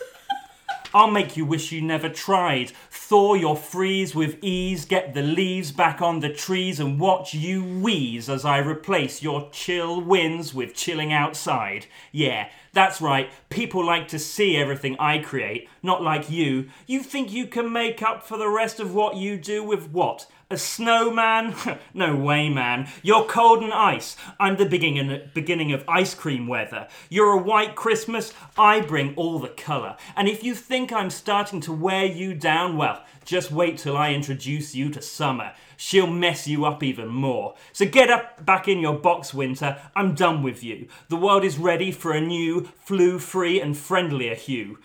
[SPEAKER 10] I'll make you wish you never tried. Thaw your freeze with ease, get the leaves back on the trees, and watch you wheeze as I replace your chill winds with chilling outside. Yeah, that's right, people like to see everything I create, not like you. You think you can make up for the rest of what you do with what? A snowman? [laughs] no way, man. You're cold and ice. I'm the beginning, beginning of ice cream weather. You're a white Christmas. I bring all the colour. And if you think I'm starting to wear you down, well, just wait till I introduce you to summer. She'll mess you up even more. So get up back in your box, Winter. I'm done with you. The world is ready for a new, flu free, and friendlier hue.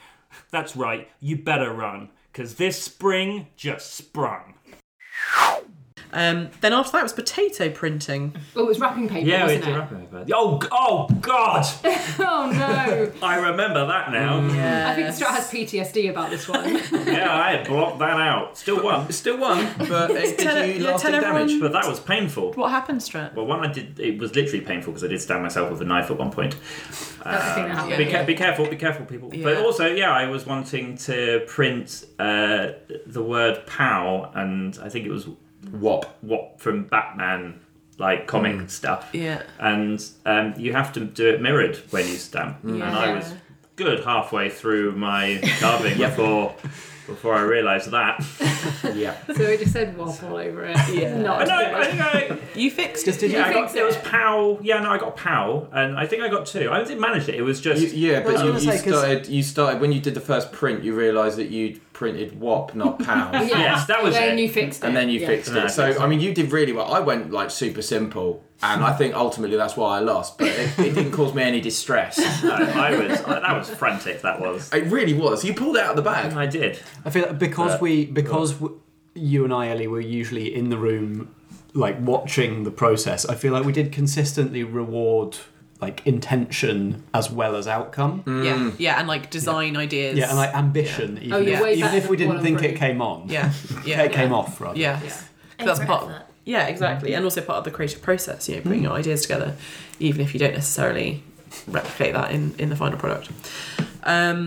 [SPEAKER 10] That's right, you better run, 'cause this spring just sprung.
[SPEAKER 2] Um, then after that was potato printing.
[SPEAKER 4] Oh, it was wrapping paper,
[SPEAKER 10] Yeah, we
[SPEAKER 4] wasn't
[SPEAKER 10] did
[SPEAKER 4] it?
[SPEAKER 10] wrap it over. Oh, g- oh
[SPEAKER 2] [laughs]
[SPEAKER 10] God!
[SPEAKER 4] [laughs] Oh no.
[SPEAKER 10] I remember that now.
[SPEAKER 6] [laughs]
[SPEAKER 4] I think Strat has PTSD about this one. [laughs]
[SPEAKER 10] Yeah, I had blocked that out. Still won,
[SPEAKER 3] Still one,
[SPEAKER 2] [laughs]
[SPEAKER 3] but it did
[SPEAKER 2] Tell-
[SPEAKER 3] you
[SPEAKER 2] yeah,
[SPEAKER 3] lasting
[SPEAKER 2] tell everyone-
[SPEAKER 3] damage.
[SPEAKER 10] but that was painful.
[SPEAKER 2] What happened, Strat?
[SPEAKER 10] Well, one I did. It was literally painful because I did stab myself with a knife at one point. Um,
[SPEAKER 4] That's the thing that happened.
[SPEAKER 10] Be, ca- be careful, be careful, people. But
[SPEAKER 2] Yeah.
[SPEAKER 10] also, yeah, I was wanting to print uh, the word "pow" and I think it was
[SPEAKER 3] Wop.
[SPEAKER 10] what from Batman like comic stuff.
[SPEAKER 2] Yeah.
[SPEAKER 10] And um, you have to do it mirrored when you stamp. And I was good halfway through my carving before before I realised that.
[SPEAKER 3] Yeah.
[SPEAKER 4] So it just said wop all over it. Yeah.
[SPEAKER 10] But
[SPEAKER 4] Not
[SPEAKER 10] no, I think I
[SPEAKER 2] You fixed
[SPEAKER 5] Just
[SPEAKER 2] it.
[SPEAKER 5] did you?
[SPEAKER 10] yeah, I got
[SPEAKER 4] fixed
[SPEAKER 10] there was
[SPEAKER 4] it?
[SPEAKER 10] pow. Yeah, no, I got pow, and I think I got two. I didn't manage it. It was just
[SPEAKER 3] You, yeah,
[SPEAKER 5] Well, I
[SPEAKER 3] but you,
[SPEAKER 5] was
[SPEAKER 3] you
[SPEAKER 5] gonna say, 'cause-
[SPEAKER 3] started. You started when you did the first print. You realised that you'd printed wop, not pow,
[SPEAKER 4] Yeah.
[SPEAKER 10] Yes, that was
[SPEAKER 4] then
[SPEAKER 10] it.
[SPEAKER 4] you fixed it.
[SPEAKER 3] and then you
[SPEAKER 4] yeah.
[SPEAKER 3] fixed
[SPEAKER 10] No, I
[SPEAKER 3] it. So
[SPEAKER 10] fixed
[SPEAKER 3] I mean, you did really well. I went like super simple, and I think ultimately that's why I lost. But it, it didn't cause me any distress.
[SPEAKER 10] [laughs] no, I was I, that was frantic. That was.
[SPEAKER 3] It really was. You pulled it out of the
[SPEAKER 10] And
[SPEAKER 3] bag.
[SPEAKER 10] I did.
[SPEAKER 5] I feel like Uh, because we because w you and I, Ellie, were usually in the room, like watching the process. I feel like we did consistently reward like intention as well as outcome.
[SPEAKER 10] Mm.
[SPEAKER 2] Yeah, yeah, and like design ideas.
[SPEAKER 5] Hmm. Yeah, and like ambition. Even,
[SPEAKER 4] Oh, you're
[SPEAKER 5] if,
[SPEAKER 4] way
[SPEAKER 5] even
[SPEAKER 4] better
[SPEAKER 5] if we
[SPEAKER 4] than
[SPEAKER 5] didn't
[SPEAKER 4] one
[SPEAKER 5] think
[SPEAKER 4] brain.
[SPEAKER 5] it came on. [laughs]
[SPEAKER 2] yeah, yeah,
[SPEAKER 5] it came off rather.
[SPEAKER 2] yeah.
[SPEAKER 4] Yeah.
[SPEAKER 2] So that's part. Of,
[SPEAKER 8] Effort.
[SPEAKER 2] yeah, exactly, and also part of the creative process. You know,
[SPEAKER 5] Hmm.
[SPEAKER 2] putting your ideas together, even if you don't necessarily replicate that in in the final product. Um,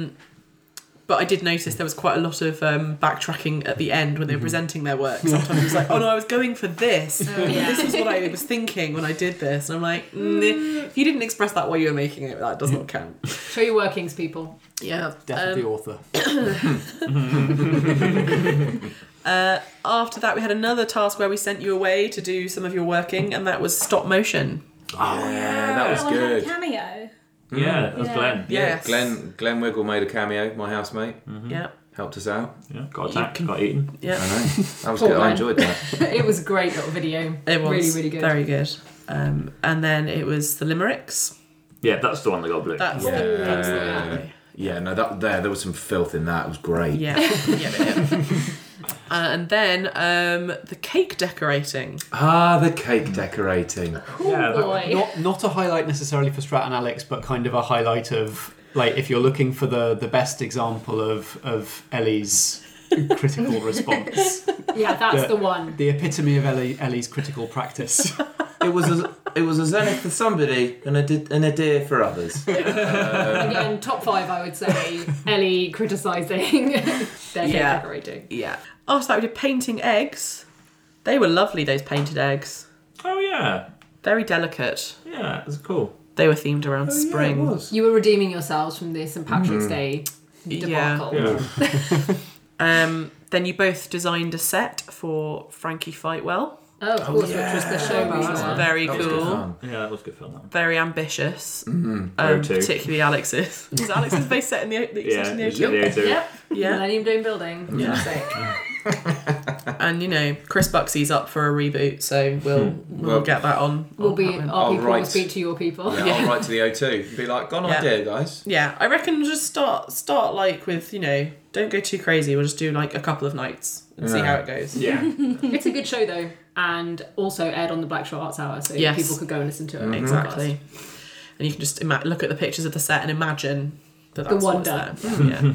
[SPEAKER 2] but I did notice there was quite a lot of um, backtracking at the end
[SPEAKER 5] Mm-hmm.
[SPEAKER 2] when they were presenting their work. Sometimes it was like, "Oh no, I was going for this.
[SPEAKER 8] Oh, yeah.
[SPEAKER 2] This is what I was thinking when I did this." And I'm like, "Nah, "If you didn't express that while you were making it, that does not count."
[SPEAKER 4] Show your workings, people.
[SPEAKER 2] Yeah,
[SPEAKER 5] Death
[SPEAKER 2] um,
[SPEAKER 5] of the
[SPEAKER 2] [coughs]
[SPEAKER 5] author.
[SPEAKER 2] Uh, after that we had another task where we sent you away to do some of your working and that was stop motion
[SPEAKER 3] Yeah, that was
[SPEAKER 8] Someone had a
[SPEAKER 3] good.
[SPEAKER 8] cameo.
[SPEAKER 10] Yeah, that was
[SPEAKER 8] Yeah.
[SPEAKER 10] Glenn.
[SPEAKER 2] yes
[SPEAKER 3] Glenn Glenn Wiggle made a cameo. My housemate
[SPEAKER 2] yeah
[SPEAKER 3] helped us out.
[SPEAKER 10] Mm-hmm. Yeah, got attacked, got eaten.
[SPEAKER 3] I
[SPEAKER 2] yeah
[SPEAKER 3] know.
[SPEAKER 4] [laughs]
[SPEAKER 3] That was
[SPEAKER 4] Poor
[SPEAKER 3] good. I
[SPEAKER 4] man.
[SPEAKER 3] enjoyed
[SPEAKER 4] [laughs]
[SPEAKER 3] that.
[SPEAKER 4] it was a great little video.
[SPEAKER 2] it was
[SPEAKER 4] really, really good.
[SPEAKER 2] very good um, and then it was the limericks
[SPEAKER 10] Yeah, that's the one that got blue.
[SPEAKER 2] that's
[SPEAKER 3] Yeah.
[SPEAKER 2] the, that's the one.
[SPEAKER 3] Yeah, no, that there there was some filth in that. It was great. [laughs]
[SPEAKER 2] yeah yeah, yeah, Uh, and then um, the cake decorating
[SPEAKER 3] Ah, the cake decorating.
[SPEAKER 10] yeah, that-
[SPEAKER 4] Oh, Boy.
[SPEAKER 5] Not not a highlight necessarily for Strat and Alex, but kind of a highlight of like if you're looking for the the best example of of Ellie's
[SPEAKER 4] [laughs]
[SPEAKER 5] critical response.
[SPEAKER 4] Yeah, that's
[SPEAKER 5] Yeah.
[SPEAKER 4] the one.
[SPEAKER 5] The epitome of Ellie, Ellie's critical practice.
[SPEAKER 3] [laughs] it was a, it was a zenith for somebody and a di- and a deer for
[SPEAKER 2] [laughs]
[SPEAKER 3] others. Uh,
[SPEAKER 4] Again, top five, I would say. Ellie criticising, [laughs] they're
[SPEAKER 2] Yeah.
[SPEAKER 4] decorating.
[SPEAKER 2] Yeah. After that, we did painting eggs. They were lovely, those painted eggs.
[SPEAKER 6] Oh yeah,
[SPEAKER 2] Very delicate.
[SPEAKER 6] yeah, that's cool.
[SPEAKER 2] They were themed around
[SPEAKER 4] Oh,
[SPEAKER 2] spring.
[SPEAKER 3] Yeah, it was.
[SPEAKER 4] You were redeeming yourselves from the St Patrick's Day debacle. [laughs]
[SPEAKER 6] Mm-hmm. Yeah.
[SPEAKER 2] [laughs] Um, then you both designed a set for Frankie Fightwell.
[SPEAKER 4] Oh, of course, which was the showboat one.
[SPEAKER 2] Very
[SPEAKER 3] That was good
[SPEAKER 2] cool.
[SPEAKER 3] fun.
[SPEAKER 6] Yeah, that was good film. That one.
[SPEAKER 2] Very ambitious.
[SPEAKER 6] Oh,
[SPEAKER 2] Um,
[SPEAKER 6] too.
[SPEAKER 2] particularly
[SPEAKER 4] [laughs]
[SPEAKER 2] Alex's. Was Alex's base set in the, the
[SPEAKER 6] Yeah,
[SPEAKER 2] set in the
[SPEAKER 6] it's
[SPEAKER 2] ocean?
[SPEAKER 6] the O2.
[SPEAKER 4] Yep.
[SPEAKER 2] Yeah.
[SPEAKER 4] Millennium Dome building.
[SPEAKER 2] Yeah.
[SPEAKER 4] Yeah.
[SPEAKER 2] [laughs] And you know, Chris Buxey's up for a reboot, so we'll we'll,
[SPEAKER 3] Well,
[SPEAKER 2] get that on.
[SPEAKER 4] We'll
[SPEAKER 2] on
[SPEAKER 4] be
[SPEAKER 2] that one.
[SPEAKER 4] our
[SPEAKER 3] Oh,
[SPEAKER 4] people will
[SPEAKER 3] right.
[SPEAKER 4] speak to your people.
[SPEAKER 3] Yeah, I'll write to the O2. Be like, gone
[SPEAKER 2] Yeah.
[SPEAKER 3] idea, guys.
[SPEAKER 2] Yeah, I reckon just start start like with you know, don't go too crazy. We'll just do like a couple of nights and see
[SPEAKER 3] Yeah.
[SPEAKER 2] how it goes. [laughs]
[SPEAKER 3] Yeah.
[SPEAKER 4] [laughs] It's a good show though, and also aired on the Black Shore Arts Hour, so
[SPEAKER 2] Yes.
[SPEAKER 4] people could go and listen to it. on
[SPEAKER 6] Mm-hmm.
[SPEAKER 4] the
[SPEAKER 2] Exactly. And you can just ima- look at the pictures of the set and imagine that
[SPEAKER 4] The
[SPEAKER 2] that's what's
[SPEAKER 4] wonder.
[SPEAKER 2] there. Yeah.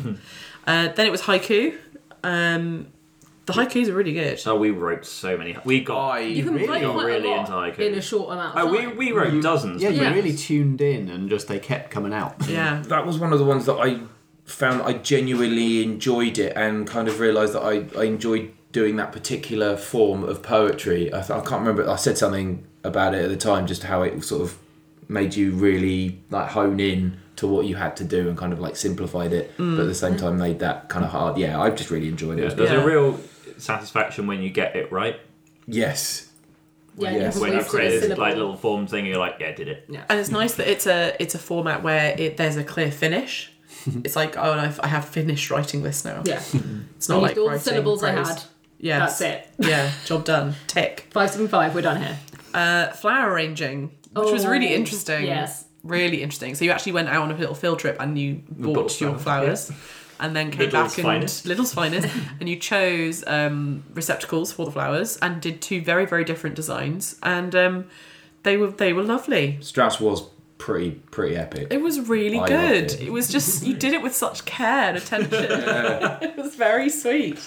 [SPEAKER 2] uh, then it was haiku. Um, the haikus are really good.
[SPEAKER 6] Oh, we wrote so many. We got.
[SPEAKER 3] I
[SPEAKER 4] You can play
[SPEAKER 6] got
[SPEAKER 4] quite
[SPEAKER 6] really
[SPEAKER 4] a lot
[SPEAKER 6] into haiku.
[SPEAKER 4] in a short amount
[SPEAKER 6] Oh,
[SPEAKER 4] of
[SPEAKER 6] we
[SPEAKER 4] time.
[SPEAKER 6] we wrote dozens.
[SPEAKER 5] Yeah, you
[SPEAKER 4] Yeah.
[SPEAKER 5] really tuned in and just they kept coming out.
[SPEAKER 2] Yeah.
[SPEAKER 3] that was one of the ones that I found I genuinely enjoyed it and kind of realised that I, I enjoyed doing that particular form of poetry. I, th- I can't remember, I said something about it at the time, just how it sort of made you really like hone in to what you had to do and kind of like simplified it, but at the same time made that kind of hard. Yeah, I've just really enjoyed
[SPEAKER 6] Yeah,
[SPEAKER 3] it.
[SPEAKER 6] there's
[SPEAKER 2] Yeah.
[SPEAKER 6] a real satisfaction when you get it right.
[SPEAKER 3] Yes.
[SPEAKER 4] yeah,
[SPEAKER 3] Yes.
[SPEAKER 4] you
[SPEAKER 6] When
[SPEAKER 4] can
[SPEAKER 6] you
[SPEAKER 4] waste it a
[SPEAKER 6] created
[SPEAKER 4] syllable.
[SPEAKER 6] like little form thing, and you're like, yeah, I did it.
[SPEAKER 2] And it's nice that it's a it's a format where it there's a clear finish. it's like oh, I've, I have finished writing this now.
[SPEAKER 4] Yeah,
[SPEAKER 2] It's
[SPEAKER 4] I used
[SPEAKER 2] not like
[SPEAKER 4] all the
[SPEAKER 2] writing
[SPEAKER 4] syllables I
[SPEAKER 2] prose.
[SPEAKER 4] had.
[SPEAKER 2] Yeah,
[SPEAKER 4] That's it.
[SPEAKER 2] Yeah, job done. Tick.
[SPEAKER 4] Five
[SPEAKER 6] [laughs]
[SPEAKER 4] seven [laughs] five. We're done here.
[SPEAKER 2] Uh, flower arranging, which was really
[SPEAKER 4] Oh,
[SPEAKER 2] interesting.
[SPEAKER 4] yes.
[SPEAKER 2] really interesting. So you actually went out on a little field trip and you bought,
[SPEAKER 6] bought
[SPEAKER 2] your flowers. And then came
[SPEAKER 6] Little's
[SPEAKER 2] back and
[SPEAKER 6] finest.
[SPEAKER 2] Little's
[SPEAKER 6] [laughs]
[SPEAKER 2] finest, and you chose um, receptacles for the flowers and did two very very different designs, and um, they were they were lovely.
[SPEAKER 3] Strauss was pretty, pretty epic.
[SPEAKER 2] It was really
[SPEAKER 3] I loved
[SPEAKER 2] good. It.
[SPEAKER 3] it.
[SPEAKER 2] was just you did it with such care and
[SPEAKER 3] [laughs]
[SPEAKER 2] attention. [laughs] it was very sweet.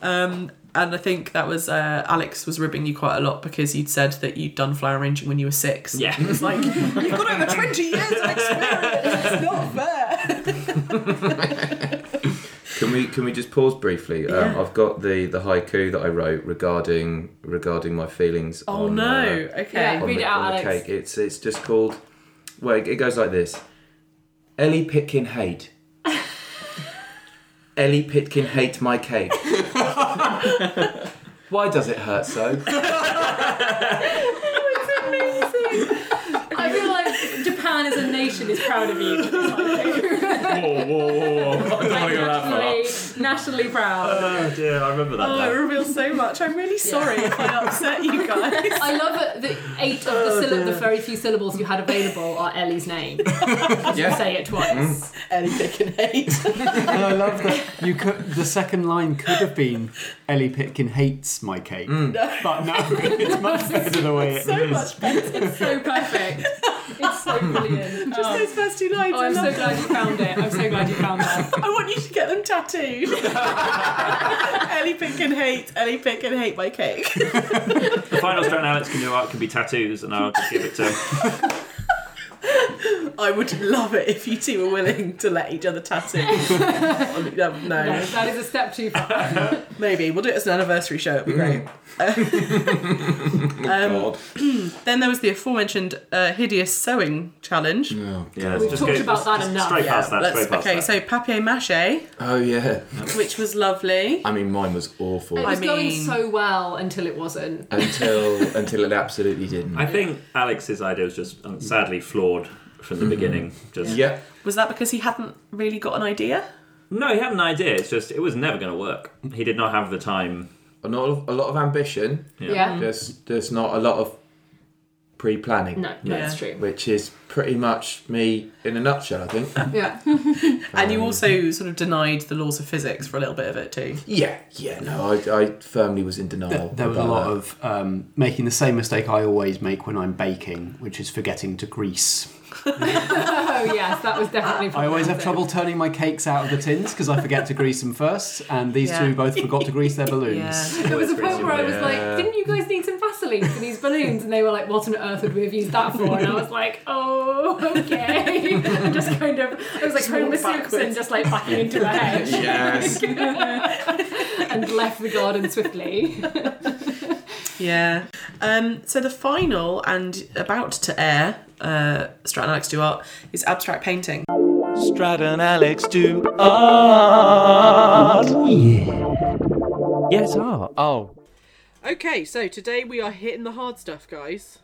[SPEAKER 2] Um, and I think that was uh, Alex was ribbing you quite a lot because you'd said that you'd done flower arranging when you were six.
[SPEAKER 6] Yeah.
[SPEAKER 2] It was like you've got over twenty years of experience. It's not fair.
[SPEAKER 3] Can we can we just pause briefly? Um,
[SPEAKER 2] Yeah.
[SPEAKER 3] I've got the, the haiku that I wrote regarding regarding my feelings.
[SPEAKER 2] Oh
[SPEAKER 3] on, uh,
[SPEAKER 2] no. Okay.
[SPEAKER 4] Yeah. Read
[SPEAKER 3] the-
[SPEAKER 4] it out,
[SPEAKER 3] the
[SPEAKER 4] Alex.
[SPEAKER 3] cake. It's it's just called. Well, it goes like this: Ellie Pitkin
[SPEAKER 4] [laughs]
[SPEAKER 3] hate. Ellie Pitkin hate my
[SPEAKER 4] [laughs]
[SPEAKER 3] cake. Why does it hurt so?
[SPEAKER 4] I feel like Japan as a nation is proud of you.
[SPEAKER 6] Whoa, whoa, whoa,
[SPEAKER 3] Oh,
[SPEAKER 6] whoa!
[SPEAKER 4] nationally, nationally proud.
[SPEAKER 6] Oh dear, I remember that.
[SPEAKER 2] Oh, I
[SPEAKER 6] now.
[SPEAKER 2] reveal so much. I'm really sorry if I upset you guys.
[SPEAKER 4] [laughs] I love it that eight of the, sylla- the very few syllables you had available are Ellie's name.
[SPEAKER 3] Yeah.
[SPEAKER 4] Say it twice.
[SPEAKER 2] Ellie Pickin hate.
[SPEAKER 5] And I love that you could. The second line could have been Ellie Pitkin hates my cake,
[SPEAKER 6] Mm.
[SPEAKER 5] but no, it's much [laughs] better the way it is.
[SPEAKER 2] so much better.
[SPEAKER 4] It's
[SPEAKER 2] [laughs]
[SPEAKER 4] so perfect. It's so brilliant.
[SPEAKER 2] Just
[SPEAKER 4] Oh.
[SPEAKER 2] those first two lines.
[SPEAKER 4] Oh,
[SPEAKER 2] I
[SPEAKER 4] I'm so
[SPEAKER 2] love
[SPEAKER 4] glad you found it. I'm so glad you found that.
[SPEAKER 2] [laughs] I want you to get them
[SPEAKER 4] [laughs]
[SPEAKER 2] tattooed. Ellie pick and hate. Ellie pick and hate my cake.
[SPEAKER 6] The final strand Alex can do art can be tattoos, and I'll just give it to [laughs] him.
[SPEAKER 2] I would love it if you two were willing to let each
[SPEAKER 4] [laughs]
[SPEAKER 2] other tattoo. Um, no,
[SPEAKER 4] [laughs] No,
[SPEAKER 2] no,
[SPEAKER 4] that is a step too far. [laughs]
[SPEAKER 2] maybe we'll do it as an anniversary show. It'd be great.
[SPEAKER 6] Mm.
[SPEAKER 2] [laughs] Um,
[SPEAKER 6] [laughs] Oh,
[SPEAKER 3] God.
[SPEAKER 2] [clears throat] Then there was the aforementioned uh, hideous sewing challenge.
[SPEAKER 6] Yeah, let's just
[SPEAKER 4] talked
[SPEAKER 6] go-
[SPEAKER 4] about that
[SPEAKER 6] just
[SPEAKER 4] enough.
[SPEAKER 6] Straight
[SPEAKER 4] Yeah,
[SPEAKER 6] past that.
[SPEAKER 2] Let's-
[SPEAKER 6] Straight past
[SPEAKER 2] okay,
[SPEAKER 6] that.
[SPEAKER 2] so papier mâché,
[SPEAKER 3] Oh yeah.
[SPEAKER 2] which was lovely.
[SPEAKER 3] I mean, mine was
[SPEAKER 4] It
[SPEAKER 3] awful
[SPEAKER 4] was going
[SPEAKER 2] mean-
[SPEAKER 4] so well until it wasn't.
[SPEAKER 3] until until it absolutely didn't.
[SPEAKER 6] I think Alex's idea was just um, sadly flawed from the beginning. Just
[SPEAKER 3] yeah.
[SPEAKER 2] Was that because he hadn't really got an idea?
[SPEAKER 6] no, he had an idea. It's just it was never going to work. He did not have the time.
[SPEAKER 3] Not a lot of ambition.
[SPEAKER 4] Yeah.
[SPEAKER 3] There's there's not a lot of pre-planning.
[SPEAKER 4] No, that's true.
[SPEAKER 3] which is pretty much me in a nutshell, I think.
[SPEAKER 4] [laughs] Yeah.
[SPEAKER 2] and
[SPEAKER 4] Um,
[SPEAKER 2] you also sort of denied the laws of physics for a little bit of it too.
[SPEAKER 3] yeah, yeah, no, I, I firmly was in denial.
[SPEAKER 5] There was a
[SPEAKER 3] about
[SPEAKER 5] lot
[SPEAKER 3] that.
[SPEAKER 5] of um, making the same mistake I always make when I'm baking, which is forgetting to grease.
[SPEAKER 4] Oh yes, that was definitely.
[SPEAKER 5] I always have
[SPEAKER 4] problematic.
[SPEAKER 5] trouble turning my cakes out of the tins because I forget to grease them first, and these
[SPEAKER 2] Yeah.
[SPEAKER 5] two both forgot to grease their balloons.
[SPEAKER 2] Yeah.
[SPEAKER 4] There was a
[SPEAKER 6] Always
[SPEAKER 4] point where I was
[SPEAKER 3] reasonable.
[SPEAKER 4] like, "Didn't you guys need some gasoline for these balloons. And they were like, what on earth would we have used that for? And I was like, oh, [laughs] okay. And just kind of, I was like
[SPEAKER 2] Just walk
[SPEAKER 4] Homer Simpson,
[SPEAKER 2] backwards.
[SPEAKER 4] just like backing into a
[SPEAKER 2] [laughs]
[SPEAKER 4] hedge.
[SPEAKER 6] Yes.
[SPEAKER 4] [laughs] and left the garden swiftly.
[SPEAKER 2] Yeah. Um, so the final and about to air uh, Strat and Alex Duart is abstract painting.
[SPEAKER 11] Strat and Alex do art. Oh, Yes, art. Oh.
[SPEAKER 2] Okay, so today we are hitting the hard stuff, guys.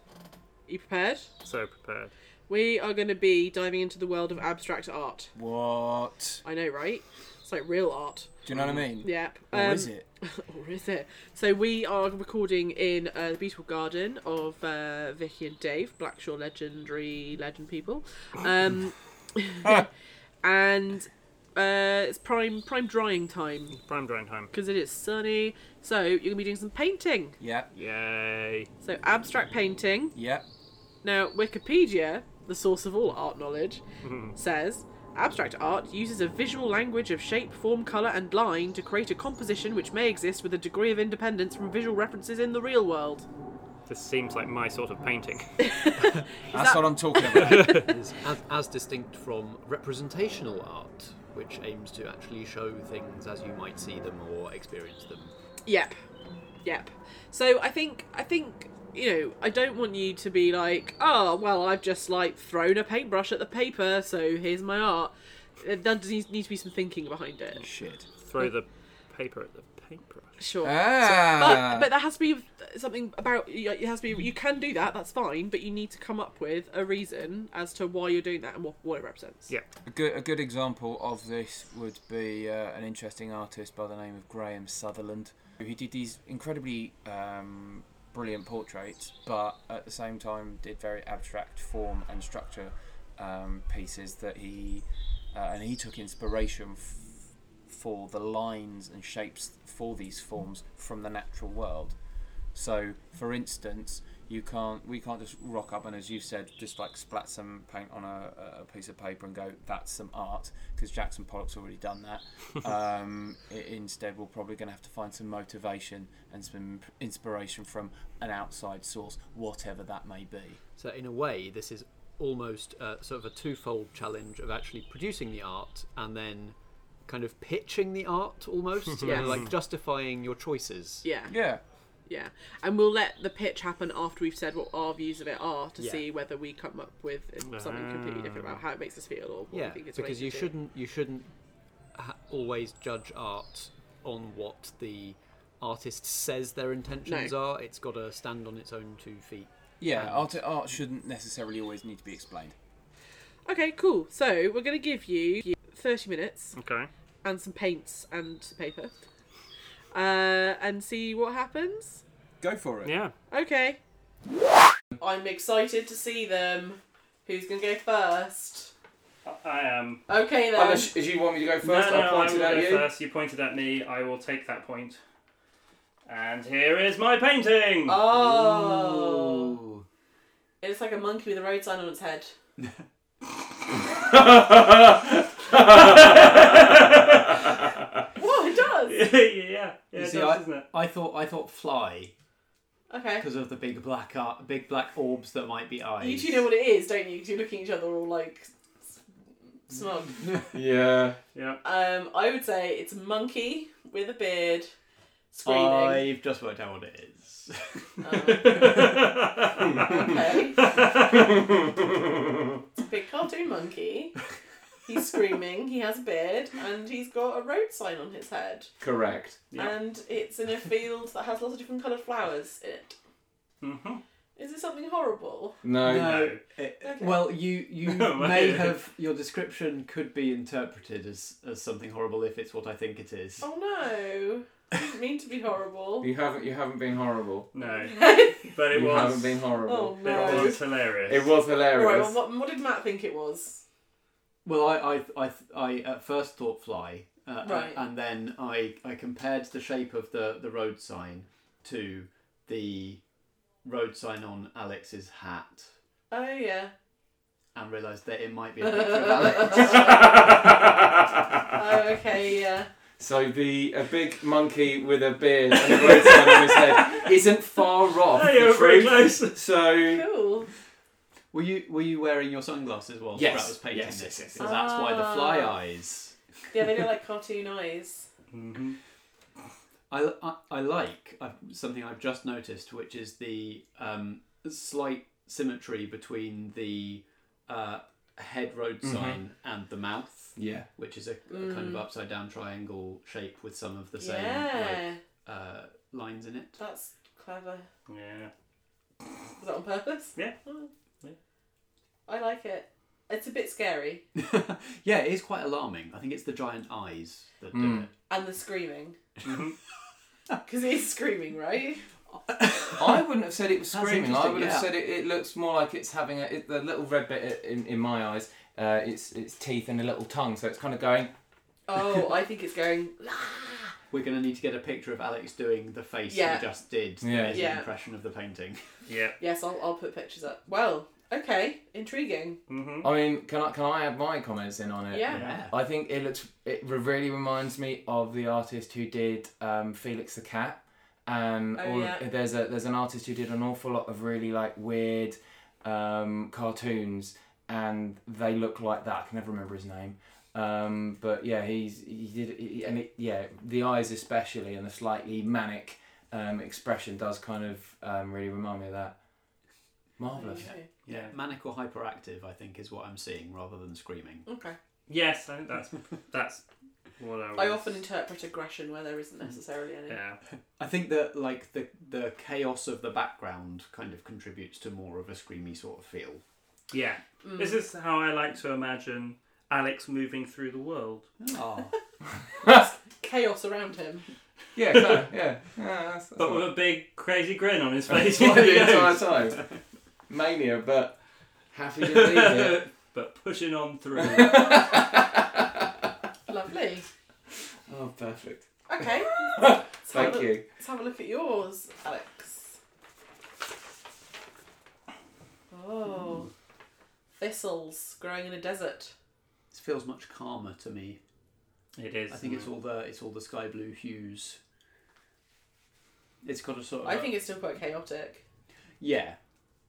[SPEAKER 2] You prepared?
[SPEAKER 10] So prepared.
[SPEAKER 2] We are going to be diving into the world of abstract art.
[SPEAKER 5] [laughs]
[SPEAKER 3] What?
[SPEAKER 2] I know, right? It's like real art.
[SPEAKER 3] Do you know what I mean?
[SPEAKER 2] Yep.
[SPEAKER 3] Or
[SPEAKER 2] Um,
[SPEAKER 3] is it?
[SPEAKER 2] [laughs] Or is it? So we are recording in uh, the beautiful garden of uh, Vicky and Dave, Blackshaw legendary legend people, um,
[SPEAKER 3] Ah.
[SPEAKER 2] [laughs] and uh, it's prime prime drying time
[SPEAKER 10] Prime drying time.
[SPEAKER 2] because it is sunny. So you're gonna be doing some painting.
[SPEAKER 3] Yeah.
[SPEAKER 10] Yay.
[SPEAKER 2] So abstract painting.
[SPEAKER 3] Yeah.
[SPEAKER 2] Now, Wikipedia, the source of all art
[SPEAKER 10] [laughs]
[SPEAKER 2] knowledge, says abstract art uses a visual language of shape, form, colour, and line to create a composition which may exist with a degree of independence from visual references in the real world.
[SPEAKER 10] This seems like my sort of painting.
[SPEAKER 3] That's what I'm talking
[SPEAKER 5] [laughs]
[SPEAKER 3] about.
[SPEAKER 5] is as, as distinct from representational art, which aims to actually show things as you might see them or experience them.
[SPEAKER 2] Yep. Yep. So I think I think you know I don't want you to be like, oh well, I've just like thrown a paintbrush at the paper, so here's my art. There does need need to be some thinking behind it.
[SPEAKER 3] Shit.
[SPEAKER 10] Throw the paper at the paintbrush.
[SPEAKER 2] Sure.
[SPEAKER 3] Ah.
[SPEAKER 2] But, but there has to be something about it has to be you can do that that's fine but you need to come up with a reason as to why you're doing that and what, what it represents
[SPEAKER 10] Yeah.
[SPEAKER 3] A good, a good example of this would be uh, an interesting artist by the name of Graham Sutherland. He did these incredibly um, brilliant portraits, but at the same time did very abstract form and structure um, pieces that he uh, and he took inspiration f- for the lines and shapes for these forms from the natural world. So, for instance, you can't we can't just rock up and, as you said, just like splat some paint on a, a piece of paper and go, "That's some art," because Jackson Pollock's already done [laughs] that. um, i- instead, we're probably going to have to find some motivation and some inspiration from an outside source, whatever that may be.
[SPEAKER 5] So, in a way, this is almost uh, sort of a twofold challenge of actually producing the art and then kind of pitching the art
[SPEAKER 3] [laughs]
[SPEAKER 5] almost,
[SPEAKER 2] Yes.
[SPEAKER 5] and, like justifying your choices.
[SPEAKER 2] yeah
[SPEAKER 3] Yeah,
[SPEAKER 2] yeah and we'll let the pitch happen after we've said what our views of it are to
[SPEAKER 5] Yeah.
[SPEAKER 2] see whether we come up with something completely different about how it makes us feel or what
[SPEAKER 5] Ah. Yeah,
[SPEAKER 2] we think it's
[SPEAKER 5] because you
[SPEAKER 2] related to.
[SPEAKER 5] shouldn't you shouldn't ha- always judge art on what the artist says their intentions are. It's got to stand on its own two
[SPEAKER 10] [laughs]
[SPEAKER 5] feet.
[SPEAKER 3] yeah. Art, art shouldn't necessarily always need to be explained.
[SPEAKER 2] okay cool so we're going to give you 30 minutes
[SPEAKER 10] Okay.
[SPEAKER 2] and some paints and some paper uh, and see what happens
[SPEAKER 3] Go for it.
[SPEAKER 10] Yeah.
[SPEAKER 2] okay i'm excited to see them who's going to go first
[SPEAKER 10] I am.
[SPEAKER 2] Okay then.
[SPEAKER 3] Unless you want me to go first,
[SPEAKER 10] no, no,
[SPEAKER 3] I pointed
[SPEAKER 10] will
[SPEAKER 3] at
[SPEAKER 10] go
[SPEAKER 3] you.
[SPEAKER 10] First, you pointed at me. I will take that point. And here is my painting.
[SPEAKER 2] oh. It's like a monkey with a road sign on its
[SPEAKER 10] [laughs]
[SPEAKER 2] head. Whoa, it does.
[SPEAKER 10] [laughs] yeah, yeah, yeah, it
[SPEAKER 5] see,
[SPEAKER 10] does,
[SPEAKER 5] I-
[SPEAKER 10] isn't it?
[SPEAKER 5] I thought I thought fly
[SPEAKER 2] Okay.
[SPEAKER 5] because of the big black art, big black orbs that might be eyes.
[SPEAKER 2] You two know what it is, don't you? 'Cause You're looking at each other all like s-
[SPEAKER 3] [laughs]
[SPEAKER 2] smug.
[SPEAKER 6] Yeah.
[SPEAKER 10] Yeah.
[SPEAKER 2] Um, I would say it's a monkey with a beard screaming. Oh.
[SPEAKER 5] I've just worked out what it is.
[SPEAKER 2] [laughs]
[SPEAKER 5] [laughs]
[SPEAKER 2] Okay. it's a big cartoon monkey. He's
[SPEAKER 6] [laughs]
[SPEAKER 2] screaming. He has a beard, and he's got a road sign on his head.
[SPEAKER 6] Correct.
[SPEAKER 10] Yeah.
[SPEAKER 2] And it's in a field that has lots of different coloured flowers in it.
[SPEAKER 10] Mm-hmm.
[SPEAKER 2] Is it something horrible?
[SPEAKER 6] No.
[SPEAKER 5] no, it-
[SPEAKER 2] Okay.
[SPEAKER 5] well, you
[SPEAKER 10] [laughs]
[SPEAKER 5] you
[SPEAKER 10] Oh, my
[SPEAKER 5] may
[SPEAKER 10] God.
[SPEAKER 5] have your description could be interpreted as as something horrible if it's what I think it is.
[SPEAKER 2] Oh no! I didn't mean to be horrible.
[SPEAKER 6] You haven't. You haven't been horrible.
[SPEAKER 2] [laughs]
[SPEAKER 10] No, but it
[SPEAKER 6] you
[SPEAKER 10] was.
[SPEAKER 6] haven't been horrible.
[SPEAKER 2] Oh
[SPEAKER 10] It
[SPEAKER 2] no!
[SPEAKER 10] was hilarious.
[SPEAKER 6] It was
[SPEAKER 2] Right.
[SPEAKER 6] hilarious.
[SPEAKER 2] Well, what, what did Matt think it was?
[SPEAKER 5] Well, I I I, I at first thought fly, uh,
[SPEAKER 2] Right.
[SPEAKER 5] and then I I compared the shape of the the road sign to the road sign on Alex's hat,
[SPEAKER 2] Oh yeah.
[SPEAKER 5] and
[SPEAKER 2] [laughs]
[SPEAKER 10] [laughs]
[SPEAKER 5] realised that it might be a picture of Alex.
[SPEAKER 2] Oh okay. Yeah.
[SPEAKER 3] So the a big monkey with a beard and a road sign on his head isn't far off.
[SPEAKER 10] Hey,
[SPEAKER 3] the
[SPEAKER 10] you're very
[SPEAKER 3] truth.
[SPEAKER 10] close.
[SPEAKER 3] So
[SPEAKER 2] Cool.
[SPEAKER 5] Were you were you wearing your sunglasses while
[SPEAKER 3] Yes.
[SPEAKER 5] Sprat was painting
[SPEAKER 3] Yes,
[SPEAKER 5] this?
[SPEAKER 3] yes, yes,
[SPEAKER 5] So that's why the
[SPEAKER 2] Ah.
[SPEAKER 5] fly eyes.
[SPEAKER 2] Yeah,
[SPEAKER 10] [laughs]
[SPEAKER 2] they look like cartoon eyes.
[SPEAKER 5] Mm-hmm. I, I, I like i something I've just noticed, which is the um, slight symmetry between the uh, head road
[SPEAKER 10] Mm-hmm.
[SPEAKER 3] Mhm.
[SPEAKER 5] sign and the mouth.
[SPEAKER 3] Yeah.
[SPEAKER 5] Which is a, a kind of
[SPEAKER 2] Mm.
[SPEAKER 5] upside down triangle shape with some of the same
[SPEAKER 2] Yeah.
[SPEAKER 5] like, uh, lines in it.
[SPEAKER 2] That's clever.
[SPEAKER 5] Yeah.
[SPEAKER 2] Was that on purpose?
[SPEAKER 10] Yeah.
[SPEAKER 2] yeah. I like it. It's a bit
[SPEAKER 3] [laughs]
[SPEAKER 2] scary.
[SPEAKER 5] [laughs] Yeah, it is quite alarming. I think it's the giant eyes that do
[SPEAKER 3] Mm.
[SPEAKER 10] Hmm.
[SPEAKER 5] it.
[SPEAKER 2] And the screaming.
[SPEAKER 10] Mm-hmm.
[SPEAKER 3] [laughs]
[SPEAKER 2] Because it is screaming, right?
[SPEAKER 3] I wouldn't have said it was
[SPEAKER 5] That's
[SPEAKER 3] screaming. I
[SPEAKER 5] interesting,
[SPEAKER 3] would
[SPEAKER 5] yeah.
[SPEAKER 3] have said it, it looks more like it's having a, it, the little red bit in, in my eyes. Uh, it's it's teeth and a little tongue, so it's kind of going.
[SPEAKER 5] [laughs]
[SPEAKER 2] Oh, I think it's going.
[SPEAKER 5] We're going to need to get a picture of Alex doing the face
[SPEAKER 2] Yeah.
[SPEAKER 5] he just did. that
[SPEAKER 3] Yeah.
[SPEAKER 5] is
[SPEAKER 2] Yeah.
[SPEAKER 5] an impression of the painting. [laughs]
[SPEAKER 10] Yeah.
[SPEAKER 2] Yes, I'll, I'll put pictures up. Well, okay. Intriguing.
[SPEAKER 10] Mm-hmm.
[SPEAKER 3] I mean, can I can I add my comments in on it?
[SPEAKER 2] Yeah.
[SPEAKER 5] Yeah.
[SPEAKER 3] I think it looks. It re- really reminds me of the artist who did um, Felix the Cat, and
[SPEAKER 2] Oh,
[SPEAKER 3] all,
[SPEAKER 2] yeah.
[SPEAKER 3] there's a there's an artist who did an awful lot of really like weird um, cartoons, and they look like that. I can never remember his name. Um, but yeah, he's he did, he, and it, yeah, the eyes especially, and the slightly manic um, expression does kind of um, really remind me of that. Marvelous.
[SPEAKER 2] Okay.
[SPEAKER 5] Yeah, manic or hyperactive, I think, is what I'm seeing rather than screaming.
[SPEAKER 2] okay.
[SPEAKER 10] Yes, I
[SPEAKER 5] [laughs]
[SPEAKER 10] think that's that's what I. Was...
[SPEAKER 2] I often interpret aggression where there isn't necessarily any.
[SPEAKER 10] Yeah.
[SPEAKER 5] I think that like the the chaos of the background kind of contributes to more of a screamy sort of feel.
[SPEAKER 10] Yeah.
[SPEAKER 2] Mm.
[SPEAKER 10] This is how I like to imagine Alex moving through the world. [laughs]
[SPEAKER 5] Oh.
[SPEAKER 2] Chaos around him.
[SPEAKER 3] Yeah, kind of, yeah. yeah that's, that's
[SPEAKER 10] But
[SPEAKER 3] all
[SPEAKER 10] with
[SPEAKER 3] right.
[SPEAKER 10] a big crazy grin on
[SPEAKER 3] [laughs]
[SPEAKER 10] his face
[SPEAKER 3] Yeah,
[SPEAKER 10] while he
[SPEAKER 3] the entire
[SPEAKER 10] goes.
[SPEAKER 3] time. Mania, but happy to
[SPEAKER 5] [laughs]
[SPEAKER 3] be here.
[SPEAKER 10] [laughs] but pushing on through. [laughs]
[SPEAKER 2] Lovely.
[SPEAKER 3] Oh, perfect.
[SPEAKER 2] Okay. Let's have a
[SPEAKER 3] Thank
[SPEAKER 2] look-
[SPEAKER 3] you.
[SPEAKER 2] Let's have a look at yours, Alex. Oh. Thistles growing in a desert.
[SPEAKER 5] It feels much calmer to me.
[SPEAKER 10] it is.
[SPEAKER 5] I think it's all the it's all the sky blue hues. It's got a sort of
[SPEAKER 2] I think it's still quite chaotic.
[SPEAKER 5] yeah.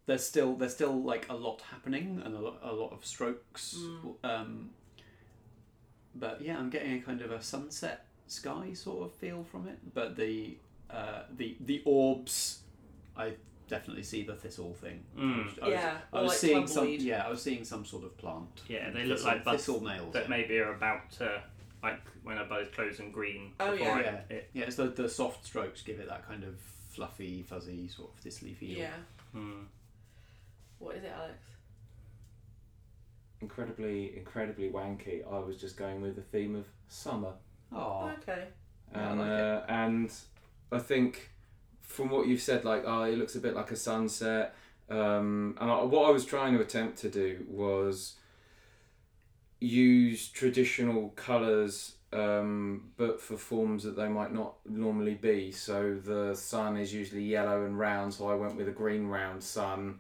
[SPEAKER 5] There's still there's still like a lot happening and a lot, a lot of strokes.
[SPEAKER 2] Mm.
[SPEAKER 5] Um, but yeah, I'm getting a kind of a sunset sky sort of feel from [laughs] it. But the uh, the the orbs, I definitely see the thistle thing.
[SPEAKER 10] Mm.
[SPEAKER 5] I was,
[SPEAKER 2] Yeah,
[SPEAKER 5] I
[SPEAKER 2] or
[SPEAKER 5] was
[SPEAKER 2] like
[SPEAKER 5] seeing some.
[SPEAKER 2] tumbleweed.
[SPEAKER 5] Yeah, I was seeing some sort of plant.
[SPEAKER 10] Yeah, they look
[SPEAKER 5] Thistle-
[SPEAKER 10] like buds
[SPEAKER 5] thistle nails.
[SPEAKER 10] that
[SPEAKER 5] yeah.
[SPEAKER 10] maybe are about to, uh, like when a bud's closing green.
[SPEAKER 2] Oh,
[SPEAKER 10] before
[SPEAKER 5] yeah.
[SPEAKER 10] It, it,
[SPEAKER 5] Yeah, it's the, the soft strokes give it that kind of fluffy, fuzzy sort of thistly feel.
[SPEAKER 2] Yeah.
[SPEAKER 10] Hmm.
[SPEAKER 2] What is it, Alex?
[SPEAKER 3] Incredibly, incredibly wanky. I was just going with the theme of summer,
[SPEAKER 5] Aw.
[SPEAKER 2] Okay.
[SPEAKER 5] Yeah, I
[SPEAKER 3] and
[SPEAKER 5] like it.
[SPEAKER 3] uh, and I think from what you've said, like, oh, it looks a bit like a sunset. Um, and I, what I was trying to attempt to do was use traditional colours, um, but for forms that they might not normally be. So the sun is usually yellow and round, so I went with a green round sun.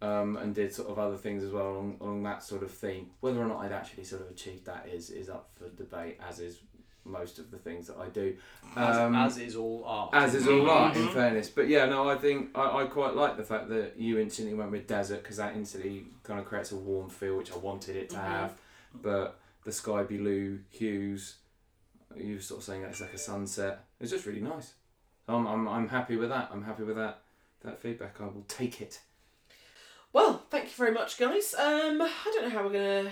[SPEAKER 3] Um, and did sort of other things as well along, along that sort of theme. Whether or not I'd actually sort of achieved that is is up for debate, as is most of the things that I do.
[SPEAKER 5] As,
[SPEAKER 3] Um,
[SPEAKER 5] as is all art.
[SPEAKER 3] as is all right, in
[SPEAKER 10] Mhm.
[SPEAKER 3] fairness. But yeah, no, I think I, I quite like the fact that you instantly went with desert because that instantly kind of creates a warm feel, which I wanted it to have. But the sky blue hues, you were sort of saying that's like a sunset. It's just really nice. I'm, I'm, I'm happy with that. I'm happy with that. That feedback, I will take it.
[SPEAKER 2] Well, thank you very much, guys. Um, I don't know how we're gonna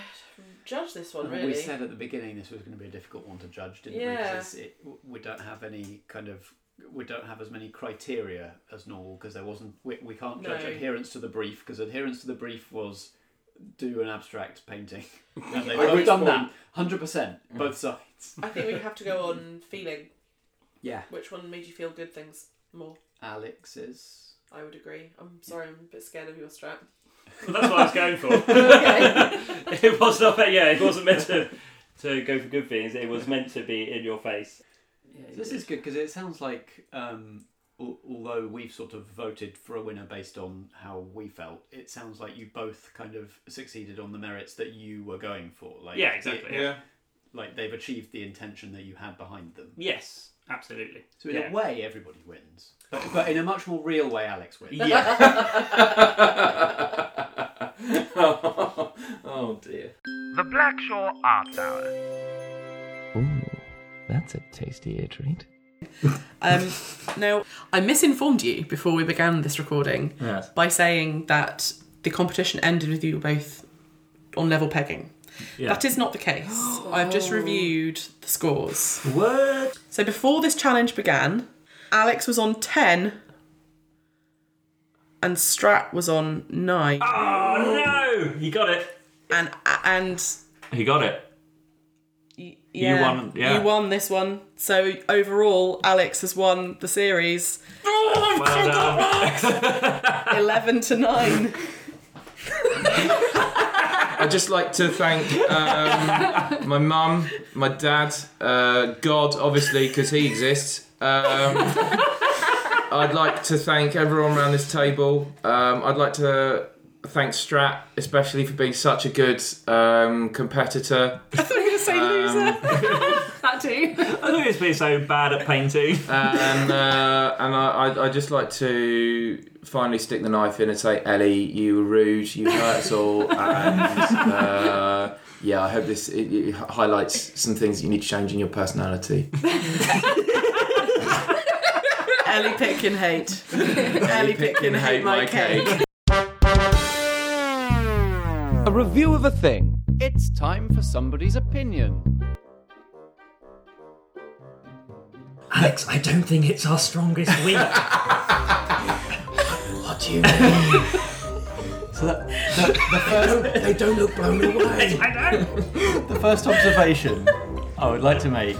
[SPEAKER 2] judge this one, really.
[SPEAKER 5] We said at the beginning this was going to be a difficult one to judge, didn't we?
[SPEAKER 2] Yeah.
[SPEAKER 5] 'Cause it- we don't have any kind of we don't have as many criteria as normal because there wasn't we, we can't judge
[SPEAKER 2] No.
[SPEAKER 5] adherence to the brief because adherence to the brief was do an abstract
[SPEAKER 2] [laughs]
[SPEAKER 5] painting and they've
[SPEAKER 3] At
[SPEAKER 5] both
[SPEAKER 3] which
[SPEAKER 5] done that 100% both sides
[SPEAKER 2] Mm. I think we
[SPEAKER 5] [laughs]
[SPEAKER 2] have to go on feeling.
[SPEAKER 5] yeah
[SPEAKER 2] Which one made you feel good things more?
[SPEAKER 5] alex's
[SPEAKER 2] I would agree. I'm sorry, I'm a bit scared of your strap.
[SPEAKER 10] Well, that's what I was going for.
[SPEAKER 2] [laughs] Okay.
[SPEAKER 10] [laughs] it was not. Yeah, it wasn't meant to to go for good things. It was meant to be in your face.
[SPEAKER 5] This is good because it sounds like, um, al- although we've sort of voted for a winner based on how we felt, it sounds like you both kind of succeeded on the merits that you were going for. Like,
[SPEAKER 10] Yeah, exactly.
[SPEAKER 5] it-
[SPEAKER 10] Yeah.
[SPEAKER 12] like they've achieved the intention that you had behind them.
[SPEAKER 13] Yes, absolutely.
[SPEAKER 12] So in
[SPEAKER 13] Yeah.
[SPEAKER 12] a way, everybody wins, but, but in a much more real way, Alex wins.
[SPEAKER 13] Yeah.
[SPEAKER 3] oh dear.
[SPEAKER 14] The Blackshaw Arts Hour.
[SPEAKER 15] Ooh, that's a tasty treat.
[SPEAKER 2] Um, now, I misinformed you before we began this recording
[SPEAKER 15] Yes.
[SPEAKER 2] by saying that the competition ended with you both on level pegging.
[SPEAKER 15] Yeah.
[SPEAKER 2] That is not the case. I've just
[SPEAKER 15] Oh.
[SPEAKER 2] reviewed the scores.
[SPEAKER 6] What?
[SPEAKER 2] So before this challenge began, Alex was on 10 and Strat was on 9.
[SPEAKER 15] Ah!
[SPEAKER 6] Oh no! You got it.
[SPEAKER 2] And and
[SPEAKER 6] He got it.
[SPEAKER 2] yeah,
[SPEAKER 6] You won. Yeah.
[SPEAKER 2] you won this one. So overall, Alex has won the series.
[SPEAKER 6] Well
[SPEAKER 2] [laughs]
[SPEAKER 6] done.
[SPEAKER 2] Eleven to nine.
[SPEAKER 3] I'd just like to thank um, my mum, my dad, uh, God, obviously, because he exists. Um, I'd like to thank everyone around this table. Um, I'd like to thank Strat, especially for being such a good um, competitor. Um,
[SPEAKER 2] I thought you were going to say
[SPEAKER 3] [laughs]
[SPEAKER 2] loser. [laughs]
[SPEAKER 4] that too.
[SPEAKER 6] I think it's been so bad at painting.
[SPEAKER 3] [laughs] and uh, and I, I, I just like to finally stick the knife in and say, Ellie, you were rude, you hurt
[SPEAKER 6] [laughs]
[SPEAKER 3] us all, and uh, yeah, I hope this it, it highlights some things that you need to change in your personality.
[SPEAKER 2] Ellie Pitkin hate. [laughs] Ellie Pitkin hate my cake.
[SPEAKER 9] A review of a thing. [laughs] It's time for somebody's opinion.
[SPEAKER 16] Alex, I don't think it's our strongest
[SPEAKER 6] [laughs]
[SPEAKER 16] week. what do you mean? so that, the, first, [laughs] they don't look blown away.
[SPEAKER 5] the first observation I would like to make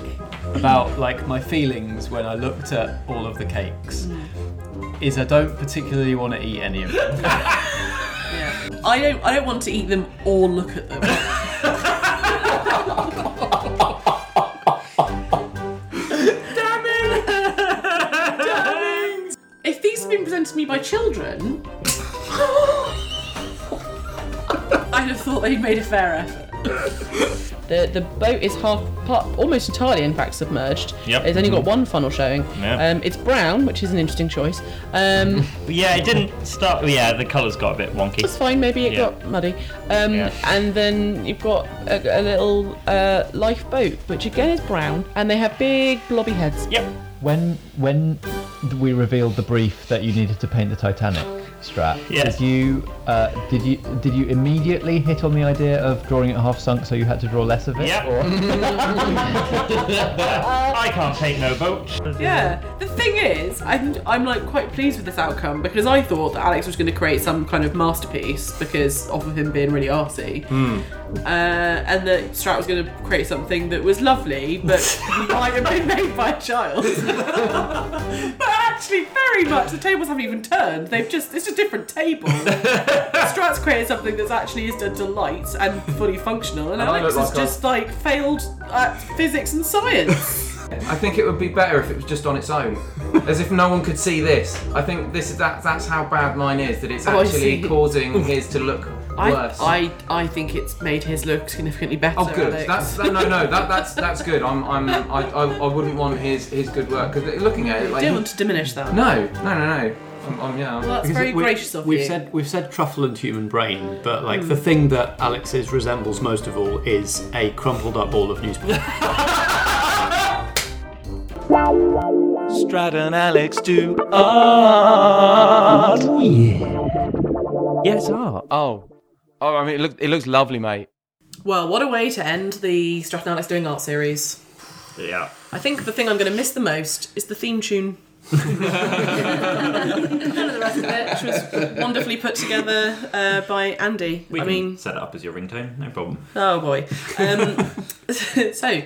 [SPEAKER 5] about like my feelings when I looked at all of the cakes is I don't particularly want to eat any of them.
[SPEAKER 2] I don't. I don't want to eat them or look
[SPEAKER 13] [laughs]
[SPEAKER 2] at them. Damn it! If these had been presented to me by children, [laughs] I'd have thought they'd made a fair effort.
[SPEAKER 17] The the boat is half, part, almost entirely, in fact, submerged.
[SPEAKER 13] Yep.
[SPEAKER 17] It's only got
[SPEAKER 13] Mhm.
[SPEAKER 17] one funnel showing.
[SPEAKER 13] Yeah.
[SPEAKER 17] Um, it's brown, which is an interesting choice. Um,
[SPEAKER 13] [laughs] yeah, it
[SPEAKER 17] [laughs]
[SPEAKER 13] didn't start. Yeah, the colours got a bit wonky.
[SPEAKER 17] It's fine. Maybe it
[SPEAKER 13] Yeah.
[SPEAKER 17] got muddy. Um, And then you've got a, a little uh, lifeboat, which again is brown, and they have big blobby heads.
[SPEAKER 13] Yep.
[SPEAKER 15] When when we revealed the brief that you needed to paint the Titanic, Strat,
[SPEAKER 13] Yes.
[SPEAKER 15] did you uh, did you did you immediately hit on the idea of drawing it half sunk, so you had to draw less of it?
[SPEAKER 13] Yep.
[SPEAKER 5] Mm-hmm.
[SPEAKER 13] [laughs] I can't paint no boat.
[SPEAKER 2] Yeah. The thing is, I'm, I'm like quite pleased with this outcome because I thought that Alex was going to create some kind of masterpiece because off of him being really arsy.
[SPEAKER 13] Hmm.
[SPEAKER 2] Uh, and that Strat was going to create something that was lovely, but [laughs] might have been made by a child. [laughs] but actually, very much the tables haven't even turned. They've just—it's a different
[SPEAKER 3] [laughs]
[SPEAKER 2] table. Strat's created something that's actually is a delight and fully functional, and,
[SPEAKER 3] And I
[SPEAKER 2] Alex
[SPEAKER 3] look
[SPEAKER 2] has
[SPEAKER 3] like a-
[SPEAKER 2] just like failed at physics and
[SPEAKER 3] [laughs]
[SPEAKER 2] science.
[SPEAKER 3] I think it would be better if it was just on its own, as if no one could see this. I think this is that that's how bad mine is that it's
[SPEAKER 2] Oh, I see.
[SPEAKER 3] actually causing his to look worse.
[SPEAKER 2] I, I I think it's made his look significantly better.
[SPEAKER 3] Oh, good.
[SPEAKER 2] Alex.
[SPEAKER 3] That's that, no, no. That, that's that's good. I'm, I'm, I, I, I wouldn't want his his good work because looking at it, like
[SPEAKER 2] don't want to diminish that.
[SPEAKER 3] No, no, no, no. I'm, I'm yeah. I'm-
[SPEAKER 2] Well, that's
[SPEAKER 5] Because
[SPEAKER 2] very
[SPEAKER 5] we-
[SPEAKER 2] gracious of
[SPEAKER 5] we've
[SPEAKER 2] you.
[SPEAKER 5] Said, we've said truffle and human brain, but like
[SPEAKER 2] Mm.
[SPEAKER 5] the thing that Alex's resembles most of all is a crumpled up ball of newspaper.
[SPEAKER 9] Strat and Alex do art. Yes, art.
[SPEAKER 2] Oh,
[SPEAKER 9] oh, I mean, it, look, it looks lovely, mate.
[SPEAKER 2] Well, what a way to end the Stratton Alex Doing Art series.
[SPEAKER 6] Yeah.
[SPEAKER 2] I think the thing I'm going to miss the most is the theme tune. None of the rest of it, which
[SPEAKER 3] [laughs]
[SPEAKER 2] was wonderfully put together uh, by Andy.
[SPEAKER 6] We
[SPEAKER 2] I
[SPEAKER 6] can
[SPEAKER 2] mean,
[SPEAKER 6] set it up as your ringtone. No problem.
[SPEAKER 2] oh boy. Um, [laughs] so,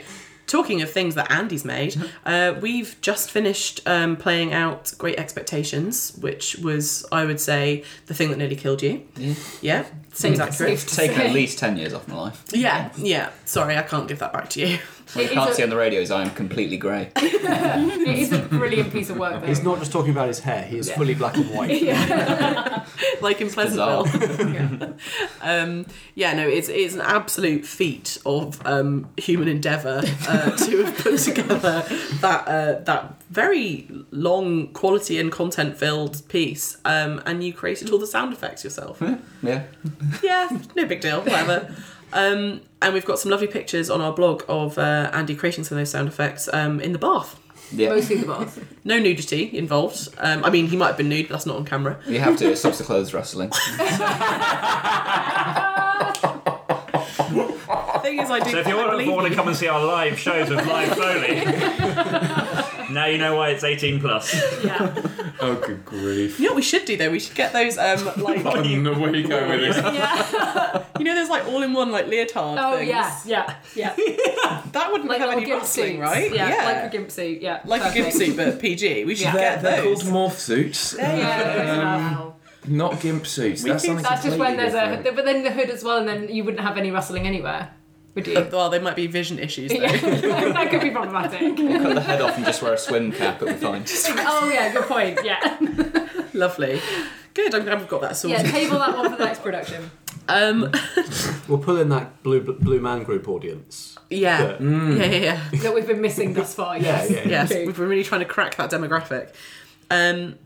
[SPEAKER 2] talking of things that Andy's made, uh, we've just finished um, playing out Great Expectations, which was, I would say, the thing that nearly killed you.
[SPEAKER 7] Yeah.
[SPEAKER 2] Yeah, seems accurate.
[SPEAKER 7] It's taken at least 10 years off my life.
[SPEAKER 2] Yeah, yeah. Sorry, I can't give that back to you.
[SPEAKER 7] What you can't see on the radio is I am completely grey.
[SPEAKER 4] [laughs] it is a brilliant piece of
[SPEAKER 5] [laughs]
[SPEAKER 4] work. Though.
[SPEAKER 5] He's not just talking about his hair, he is fully black and white.
[SPEAKER 2] [laughs] like in Pleasantville.
[SPEAKER 4] [laughs]
[SPEAKER 2] yeah. [laughs] Um, yeah, no, it's it's an absolute feat of um, human endeavour uh, [laughs] to have put together that uh, that very long quality and content filled piece, um, and you created all the sound effects yourself.
[SPEAKER 7] [laughs] Yeah.
[SPEAKER 2] yeah, no big deal, whatever. Um, and we've got some lovely pictures on our blog of uh, Andy creating some of those sound effects um, in the bath.
[SPEAKER 7] Yeah. Mostly
[SPEAKER 4] the bath.
[SPEAKER 2] [laughs] No nudity involved. Um, I mean, he might have been nude, but that's not on camera.
[SPEAKER 7] You have to, it stops the clothes rustling.
[SPEAKER 2] thing is, I do.
[SPEAKER 6] So if you want, want to come and see our live shows with
[SPEAKER 2] [laughs]
[SPEAKER 6] live Foley, now you know why it's 18 plus.
[SPEAKER 3] Oh, good grief.
[SPEAKER 2] You know what we should do though? We should get those um like
[SPEAKER 3] I don't know where you're going with this.
[SPEAKER 2] you know those like all in one like leotard
[SPEAKER 4] Oh
[SPEAKER 2] things.
[SPEAKER 4] yeah, yeah, yeah.
[SPEAKER 2] [laughs] that wouldn't
[SPEAKER 4] like
[SPEAKER 2] have
[SPEAKER 4] little
[SPEAKER 2] any
[SPEAKER 4] gimp
[SPEAKER 2] rustling,
[SPEAKER 4] suits.
[SPEAKER 2] right?
[SPEAKER 4] Yeah,
[SPEAKER 2] Yeah.
[SPEAKER 4] like a gimp suit. Yeah,
[SPEAKER 2] Like a gimp
[SPEAKER 4] perfect.
[SPEAKER 2] suit, but PG. We should
[SPEAKER 4] Yeah.
[SPEAKER 2] get
[SPEAKER 3] They're
[SPEAKER 2] those.
[SPEAKER 3] called morph suits. Um,
[SPEAKER 4] There you go.
[SPEAKER 3] Not gimp suits.
[SPEAKER 4] We
[SPEAKER 3] That's
[SPEAKER 4] think
[SPEAKER 3] something
[SPEAKER 4] that's just when
[SPEAKER 3] completely
[SPEAKER 4] there's
[SPEAKER 3] different.
[SPEAKER 4] a, but then the hood as well, and then you wouldn't have any rustling anywhere, would you?
[SPEAKER 2] well, they might be vision
[SPEAKER 4] [laughs]
[SPEAKER 2] issues. Though.
[SPEAKER 4] that could be problematic.
[SPEAKER 7] Cut the head off and just wear a swim cap,
[SPEAKER 2] [laughs]
[SPEAKER 7] it'll be fine.
[SPEAKER 4] oh yeah, good point.
[SPEAKER 7] [laughs]
[SPEAKER 4] Yeah,
[SPEAKER 2] Lovely. Good. I'm glad we've got that
[SPEAKER 4] yeah.
[SPEAKER 2] sorted.
[SPEAKER 4] Table that one for the next production.
[SPEAKER 2] Um,
[SPEAKER 5] We'll pull in that blue blue man group audience.
[SPEAKER 2] yeah.
[SPEAKER 5] Mm.
[SPEAKER 2] [laughs] yeah, yeah, yeah.
[SPEAKER 4] that we've been missing thus far.
[SPEAKER 5] Yeah,
[SPEAKER 4] Yes.
[SPEAKER 5] yeah, yeah.
[SPEAKER 2] yes. We've been really trying to crack that demographic. Um,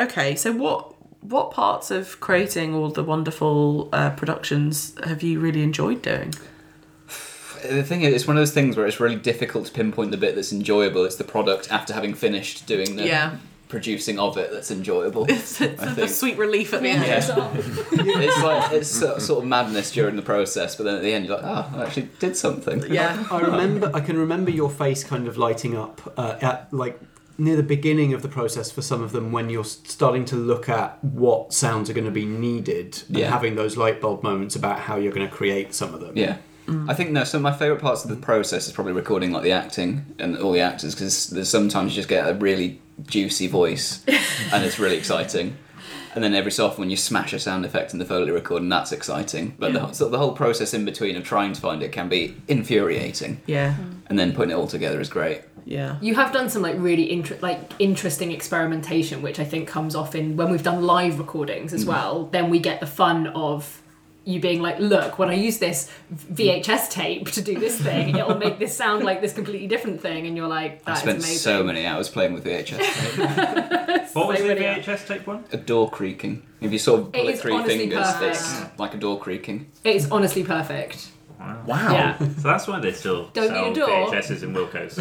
[SPEAKER 2] okay, so what what parts of creating all the wonderful uh, productions have you really enjoyed doing?
[SPEAKER 7] The thing is, it's one of those things where it's really difficult to pinpoint the bit that's enjoyable. It's the product after having finished doing the
[SPEAKER 2] Yeah.
[SPEAKER 7] producing of it that's enjoyable. It's,
[SPEAKER 2] The, the sweet relief at the end.
[SPEAKER 7] Yeah. it's like it's so- sort of madness during the process, but then at the end you're like, oh, I actually did something. [laughs]
[SPEAKER 5] I remember. I can remember your face kind of lighting up uh, at like near the beginning of the process for some of them when you're s- starting to look at what sounds are going to be needed and
[SPEAKER 7] Yeah.
[SPEAKER 5] having those light bulb moments about how you're going to create some of them.
[SPEAKER 7] Yeah. I think no. Some of my favourite parts of the process is probably recording like the acting and all the actors because there's sometimes you just get a really juicy voice and it's really exciting, and then every so often when you smash a sound effect in the foley record and that's exciting. But the, whole- sort of the whole process in between of trying to find it can be infuriating,
[SPEAKER 2] Yeah.
[SPEAKER 7] and then putting it all together is great.
[SPEAKER 2] Yeah.
[SPEAKER 4] Hmm. You have done some like really inter- like interesting experimentation, which I think comes off in when we've done live recordings as
[SPEAKER 7] Mhm.
[SPEAKER 4] well. Then we get the fun of you being like, "Look, when I use this VHS tape to do this
[SPEAKER 7] [laughs]
[SPEAKER 4] thing, it'll make this sound like this completely different thing," and you're like,
[SPEAKER 7] I
[SPEAKER 4] "That's
[SPEAKER 7] spent
[SPEAKER 4] amazing."
[SPEAKER 7] so many hours playing with
[SPEAKER 4] [laughs]
[SPEAKER 7] VHS,
[SPEAKER 6] What was
[SPEAKER 4] So
[SPEAKER 6] the
[SPEAKER 4] many hours.
[SPEAKER 6] VHS tape one?
[SPEAKER 7] a door creaking. If you sort of
[SPEAKER 4] It
[SPEAKER 7] pull it
[SPEAKER 4] is
[SPEAKER 7] three
[SPEAKER 4] honestly
[SPEAKER 7] fingers,
[SPEAKER 4] perfect.
[SPEAKER 7] it's like a door creaking.
[SPEAKER 4] It is honestly perfect.
[SPEAKER 7] Wow.
[SPEAKER 4] Yeah.
[SPEAKER 6] So that's why they still
[SPEAKER 4] Don't
[SPEAKER 6] sell
[SPEAKER 4] need a door.
[SPEAKER 6] VHSs in
[SPEAKER 2] [laughs]
[SPEAKER 6] Wilco's.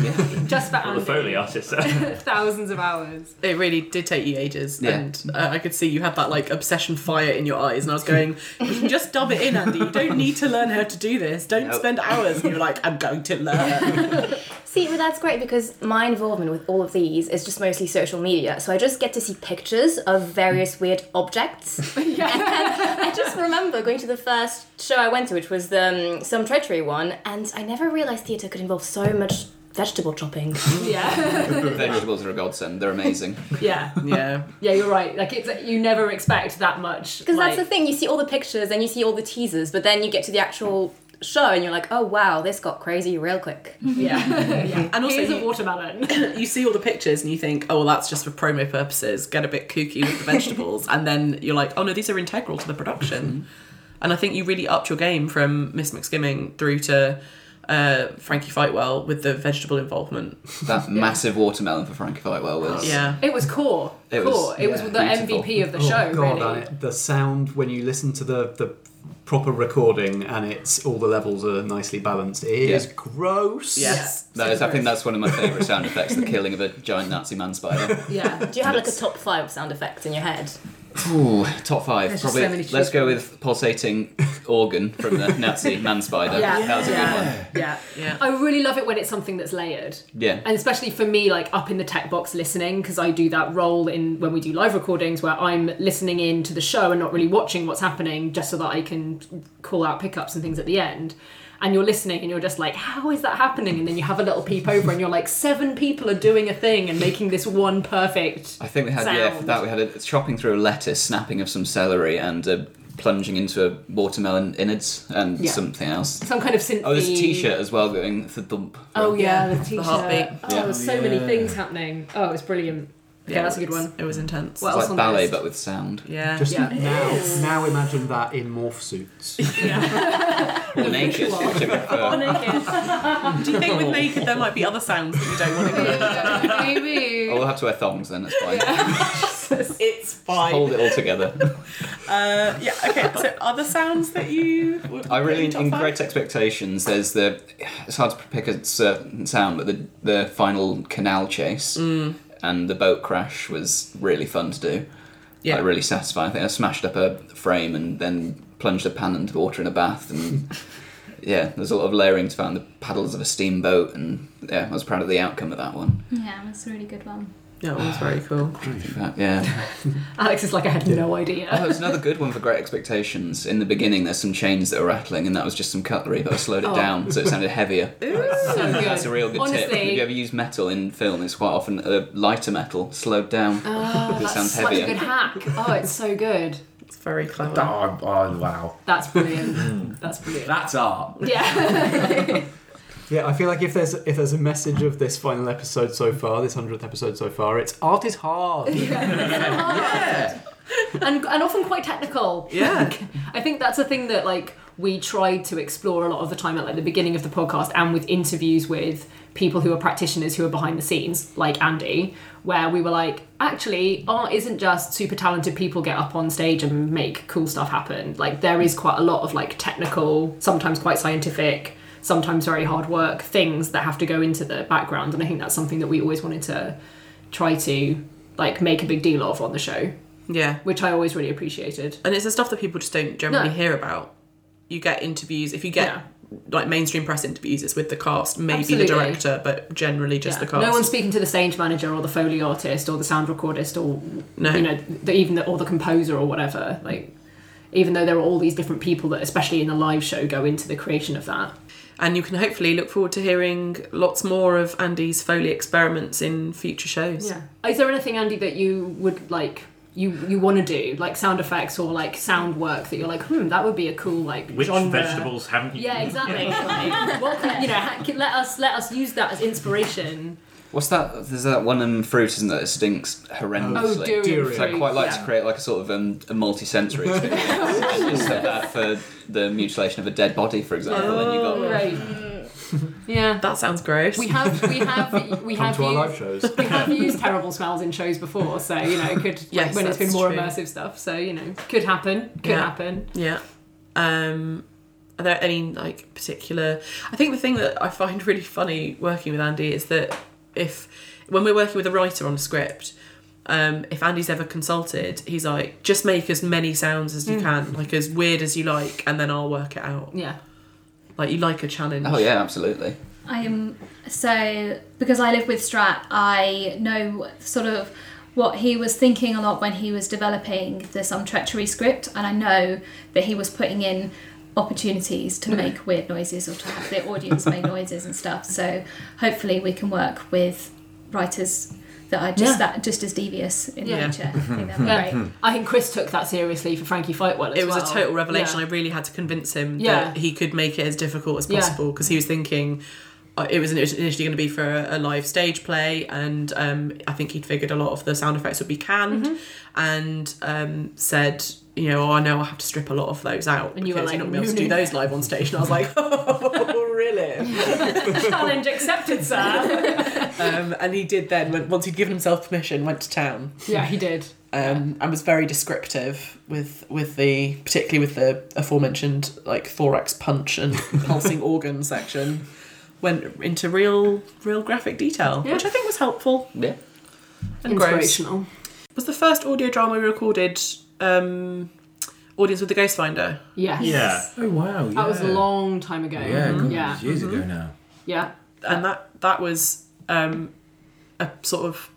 [SPEAKER 4] Just for
[SPEAKER 6] All the
[SPEAKER 4] Andy.
[SPEAKER 6] Foley
[SPEAKER 4] [laughs]
[SPEAKER 6] artists. [laughs]
[SPEAKER 4] Thousands of hours.
[SPEAKER 2] It really did take you ages,
[SPEAKER 6] Yeah.
[SPEAKER 2] and uh, I could see you had that like obsession fire in your eyes, and I was going, "You can just dub it in, Andy. You don't need to learn how to do this. Don't
[SPEAKER 18] Nope.
[SPEAKER 2] spend hours." And you're like, "I'm going to learn."
[SPEAKER 18] See, but that's great because my involvement with all of these is just mostly social media. So I just get to see pictures of various weird
[SPEAKER 4] [laughs]
[SPEAKER 18] objects. [laughs] and I just remember going to the first show I went to, which was the um, Some Treachery one, and I never realised theatre could involve so much vegetable
[SPEAKER 4] [laughs]
[SPEAKER 18] chopping.
[SPEAKER 7] [laughs] Vegetables are a godsend. They're amazing.
[SPEAKER 4] Yeah.
[SPEAKER 2] Yeah.
[SPEAKER 4] Yeah,
[SPEAKER 18] [laughs]
[SPEAKER 4] you're right. Like it's you never expect that
[SPEAKER 7] [laughs]
[SPEAKER 4] much.
[SPEAKER 18] Because
[SPEAKER 4] like,
[SPEAKER 18] that's the thing, you see all the pictures and you see all the teasers, but then you get to the actual show and you're like, oh wow, this got crazy real quick.
[SPEAKER 4] Yeah. [laughs]
[SPEAKER 2] And also,
[SPEAKER 4] Here's a
[SPEAKER 2] you-
[SPEAKER 4] watermelon.
[SPEAKER 2] you [clears throat] see all the pictures and you think, "Oh, well, that's just for promo purposes. Get a bit kooky with the vegetables," and then you're like, "Oh no, these are integral to the production." and I think you really upped your game from Miss McSkimming through to uh, Frankie Fightwell with the vegetable involvement.
[SPEAKER 7] That massive watermelon for Frankie Fightwell was.
[SPEAKER 2] Yeah.
[SPEAKER 4] It was core.
[SPEAKER 7] It was-
[SPEAKER 4] core. it was
[SPEAKER 7] yeah,
[SPEAKER 4] the
[SPEAKER 7] beautiful.
[SPEAKER 4] MVP of the
[SPEAKER 5] Oh,
[SPEAKER 4] show,
[SPEAKER 5] God,
[SPEAKER 4] really.
[SPEAKER 5] and it- the sound when you listen to the the proper recording and it's all the levels are nicely balanced. It is
[SPEAKER 7] Yeah.
[SPEAKER 5] gross.
[SPEAKER 7] Yes. That is, I think that's one of my favourite sound effects, the killing of a giant Nazi man
[SPEAKER 18] [laughs]
[SPEAKER 7] spider.
[SPEAKER 18] Yeah. Do you have like a top five sound effect in your head?
[SPEAKER 7] Ooh, top five.
[SPEAKER 18] There's just
[SPEAKER 7] Probably.
[SPEAKER 18] so many
[SPEAKER 7] let's go with pulsating organ from the Nazi man spider.
[SPEAKER 4] Yeah.
[SPEAKER 7] That was a good one.
[SPEAKER 4] yeah. yeah. I really love it when it's something that's layered.
[SPEAKER 7] Yeah.
[SPEAKER 4] And especially for me, like up in the tech box listening, because I do that role in when we do live recordings where I'm listening in to the show and not really watching what's happening just so that I can call out pickups and things at the end. And you're listening and you're just like, how is that happening? And then you have a little peep over and you're like, seven people are doing a thing and making this one perfect.
[SPEAKER 7] I think we had yeah for
[SPEAKER 4] sound.
[SPEAKER 7] that we had a chopping through a lettuce, snapping of some celery, and a plunging into a watermelon innards and
[SPEAKER 4] Yeah.
[SPEAKER 7] something else.
[SPEAKER 4] Some kind of synth.
[SPEAKER 7] Oh, there's a T-shirt as well going for thump.
[SPEAKER 4] Oh yeah, the
[SPEAKER 2] The
[SPEAKER 4] T-shirt.
[SPEAKER 2] heartbeat.
[SPEAKER 4] Oh, there was so many things happening. Oh, it was brilliant. Okay,
[SPEAKER 2] Yeah,
[SPEAKER 4] that's a good
[SPEAKER 2] it was-
[SPEAKER 4] one.
[SPEAKER 2] It was intense.
[SPEAKER 4] What
[SPEAKER 7] It's
[SPEAKER 4] else
[SPEAKER 7] like
[SPEAKER 4] on
[SPEAKER 7] ballet,
[SPEAKER 4] the list?
[SPEAKER 7] but with sound.
[SPEAKER 2] Yeah.
[SPEAKER 5] Just
[SPEAKER 2] Yeah.
[SPEAKER 5] now, now imagine that in morph
[SPEAKER 4] [laughs]
[SPEAKER 5] suits.
[SPEAKER 7] [laughs] Or naked. if you prefer.
[SPEAKER 2] [laughs] Do you think with naked there might be other sounds that you don't want
[SPEAKER 7] Oh,
[SPEAKER 2] to
[SPEAKER 7] we'll have to wear thongs then. Oh, That's
[SPEAKER 4] [laughs]
[SPEAKER 7] fine.
[SPEAKER 2] hear? [laughs] it's fine.
[SPEAKER 7] Hold it all together.
[SPEAKER 2] Uh, yeah. Okay. So other sounds that you would
[SPEAKER 7] I really, in Great Expectations, there's the. It's hard to pick a certain sound, but the the final canal chase
[SPEAKER 2] Mm.
[SPEAKER 7] and the boat crash was really fun to do.
[SPEAKER 2] Yeah.
[SPEAKER 7] Like, really satisfying. I think I smashed up a frame and then plunged a pan into water in a bath and. Yeah, there's a lot of layering to find the paddles of a steamboat, and yeah, I was proud of the outcome of that one.
[SPEAKER 8] Yeah, it's a really good one.
[SPEAKER 2] Yeah, it was very cool.
[SPEAKER 7] yeah.
[SPEAKER 4] Alex is like, I had no idea.
[SPEAKER 7] Oh, there's another good one for Great Expectations. In the beginning, there's some chains that are rattling, and that was just some cutlery, but I slowed it
[SPEAKER 4] Oh.
[SPEAKER 7] down so it sounded
[SPEAKER 4] [laughs]
[SPEAKER 7] heavier.
[SPEAKER 4] so good.
[SPEAKER 7] That's a real good tip.
[SPEAKER 4] Honestly-
[SPEAKER 7] If you ever use metal in film, it's quite often a lighter metal slowed down [laughs]
[SPEAKER 4] Oh,
[SPEAKER 7] because it
[SPEAKER 4] that's
[SPEAKER 7] sounds
[SPEAKER 4] such a
[SPEAKER 7] heavier.
[SPEAKER 4] good hack. Oh, it's so good.
[SPEAKER 2] It's very clever.
[SPEAKER 3] Oh, oh, wow.
[SPEAKER 4] That's brilliant. That's brilliant.
[SPEAKER 3] That's art.
[SPEAKER 4] [laughs] Yeah.
[SPEAKER 5] Yeah, I feel like if there's if there's a message of this final episode so far, this hundredth episode so far, it's art is
[SPEAKER 4] [laughs]
[SPEAKER 5] hard.
[SPEAKER 4] and, and often quite technical.
[SPEAKER 5] Yeah.
[SPEAKER 4] I think that's a thing that like we tried to explore a lot of the time at like the beginning of the podcast and with interviews with people who are practitioners who are behind the scenes, like Andy, where we were like, actually, art isn't just super talented people get up on stage and make cool stuff happen. Like there is quite a lot of like technical, sometimes quite scientific, sometimes very hard work things that have to go into the background. And I think that's something that we always wanted to try to like make a big deal of on the show.
[SPEAKER 2] [laughs] Yeah.
[SPEAKER 4] Which I always really appreciated.
[SPEAKER 2] And it's the stuff that people just don't generally
[SPEAKER 4] No.
[SPEAKER 2] hear about. You get interviews if you get like mainstream press interviews. It's with the cast, maybe
[SPEAKER 4] Absolutely.
[SPEAKER 2] the director, but generally just the
[SPEAKER 4] Yeah.
[SPEAKER 2] cast.
[SPEAKER 4] No one's speaking to the stage manager or the foley artist or the sound recordist or
[SPEAKER 2] No.
[SPEAKER 4] you know the, even the, or the composer or whatever. Like even though there are all these different people that, especially in the live show, go into the creation of that.
[SPEAKER 2] and you can hopefully look forward to hearing lots more of Andy's Foley experiments in future shows.
[SPEAKER 4] Is there anything, Andy, that you would like? You, you want to do like sound effects or like sound work that you're like hmm that would be a cool like
[SPEAKER 13] Which
[SPEAKER 4] genre.
[SPEAKER 13] vegetables haven't you
[SPEAKER 4] yeah
[SPEAKER 13] eaten?
[SPEAKER 4] exactly
[SPEAKER 13] Yeah.
[SPEAKER 4] Like, what could- you know ha- let us let us use that as inspiration
[SPEAKER 7] What's that? There's that one um, fruit, isn't there? It stinks horrendously.
[SPEAKER 4] Oh, durian
[SPEAKER 7] So I
[SPEAKER 4] fruit,
[SPEAKER 7] quite like
[SPEAKER 4] yeah.
[SPEAKER 7] to create like a sort of um, a
[SPEAKER 4] [laughs]
[SPEAKER 7] multi-sensory experience. And just have that for the mutilation of a dead body, for example. and you
[SPEAKER 4] Oh,
[SPEAKER 7] got
[SPEAKER 4] yeah
[SPEAKER 2] that sounds gross
[SPEAKER 4] we have
[SPEAKER 2] [laughs]
[SPEAKER 4] we have we
[SPEAKER 7] Come
[SPEAKER 4] have
[SPEAKER 7] to our
[SPEAKER 4] used-
[SPEAKER 7] live shows.
[SPEAKER 4] we have used terrible smells in shows before so you know it could like,
[SPEAKER 2] Yes,
[SPEAKER 4] when it's been
[SPEAKER 2] that's
[SPEAKER 4] more
[SPEAKER 2] true.
[SPEAKER 4] immersive stuff so you know could happen could happen
[SPEAKER 2] Yeah. Um, are there any like particular? I think the thing that I find [laughs] really funny working with Andy is that if when we're working with a writer on a script, um, if Andy's ever consulted, he's like, just make as many sounds as you
[SPEAKER 4] Mm.
[SPEAKER 2] can, like as weird as you like, and then I'll work it out.
[SPEAKER 4] Yeah.
[SPEAKER 2] Like you like a challenge.
[SPEAKER 7] Oh yeah, absolutely.
[SPEAKER 8] I am so because I live with Strat, I know sort of what he was thinking a lot when he was developing the Some Treachery script, and I know that he was putting in opportunities
[SPEAKER 4] Mm.
[SPEAKER 8] to make weird noises or to have the audience
[SPEAKER 4] [laughs]
[SPEAKER 8] make noises and stuff. So hopefully we can work with writers that are just
[SPEAKER 4] Yeah.
[SPEAKER 8] that just as devious in
[SPEAKER 2] [laughs]
[SPEAKER 4] Yeah.
[SPEAKER 8] nature. I think that'd be
[SPEAKER 4] Yeah.
[SPEAKER 8] great.
[SPEAKER 4] I think Chris took that seriously for Frankie Fightwell as
[SPEAKER 2] It was
[SPEAKER 4] well.
[SPEAKER 2] a total revelation.
[SPEAKER 4] Yeah.
[SPEAKER 2] I really had to convince him
[SPEAKER 4] Yeah.
[SPEAKER 2] that he could make it as difficult as
[SPEAKER 4] Yeah.
[SPEAKER 2] possible because he was thinking uh, it was initially going to be for a, a live stage play, and um, I think he'd figured a lot of the sound effects would be canned,
[SPEAKER 4] Mm-hmm.
[SPEAKER 2] and um, said, you know, oh, I know I have to strip a lot of those out
[SPEAKER 4] And you were
[SPEAKER 2] because
[SPEAKER 4] like,
[SPEAKER 2] you're not going to be able
[SPEAKER 4] "No,
[SPEAKER 2] to do
[SPEAKER 4] no, no."
[SPEAKER 2] those live on stage. And I was like, [laughs] "Oh,
[SPEAKER 4] [laughs] Challenge accepted, sir.
[SPEAKER 2] um, and he did then. When, once he'd given himself permission, went to town.
[SPEAKER 4] Yeah, he did.
[SPEAKER 2] Um, and was very descriptive with with the particularly with the aforementioned like thorax
[SPEAKER 4] [laughs]
[SPEAKER 2] punch and pulsing organ section. Went into real real graphic detail,
[SPEAKER 4] Yeah.
[SPEAKER 2] which I think was helpful
[SPEAKER 7] Yeah.
[SPEAKER 2] and gross.
[SPEAKER 4] Inspirational.
[SPEAKER 2] Was the first audio drama we recorded um, audience with the ghost finder?
[SPEAKER 4] Yes.
[SPEAKER 3] Oh wow.
[SPEAKER 4] That was a
[SPEAKER 2] yeah.
[SPEAKER 4] long time ago. Mm-hmm.
[SPEAKER 2] Yeah,
[SPEAKER 4] yeah.
[SPEAKER 2] God, it was
[SPEAKER 3] years ago now.
[SPEAKER 4] Yeah.
[SPEAKER 2] Mm-hmm. and that that was um, a sort of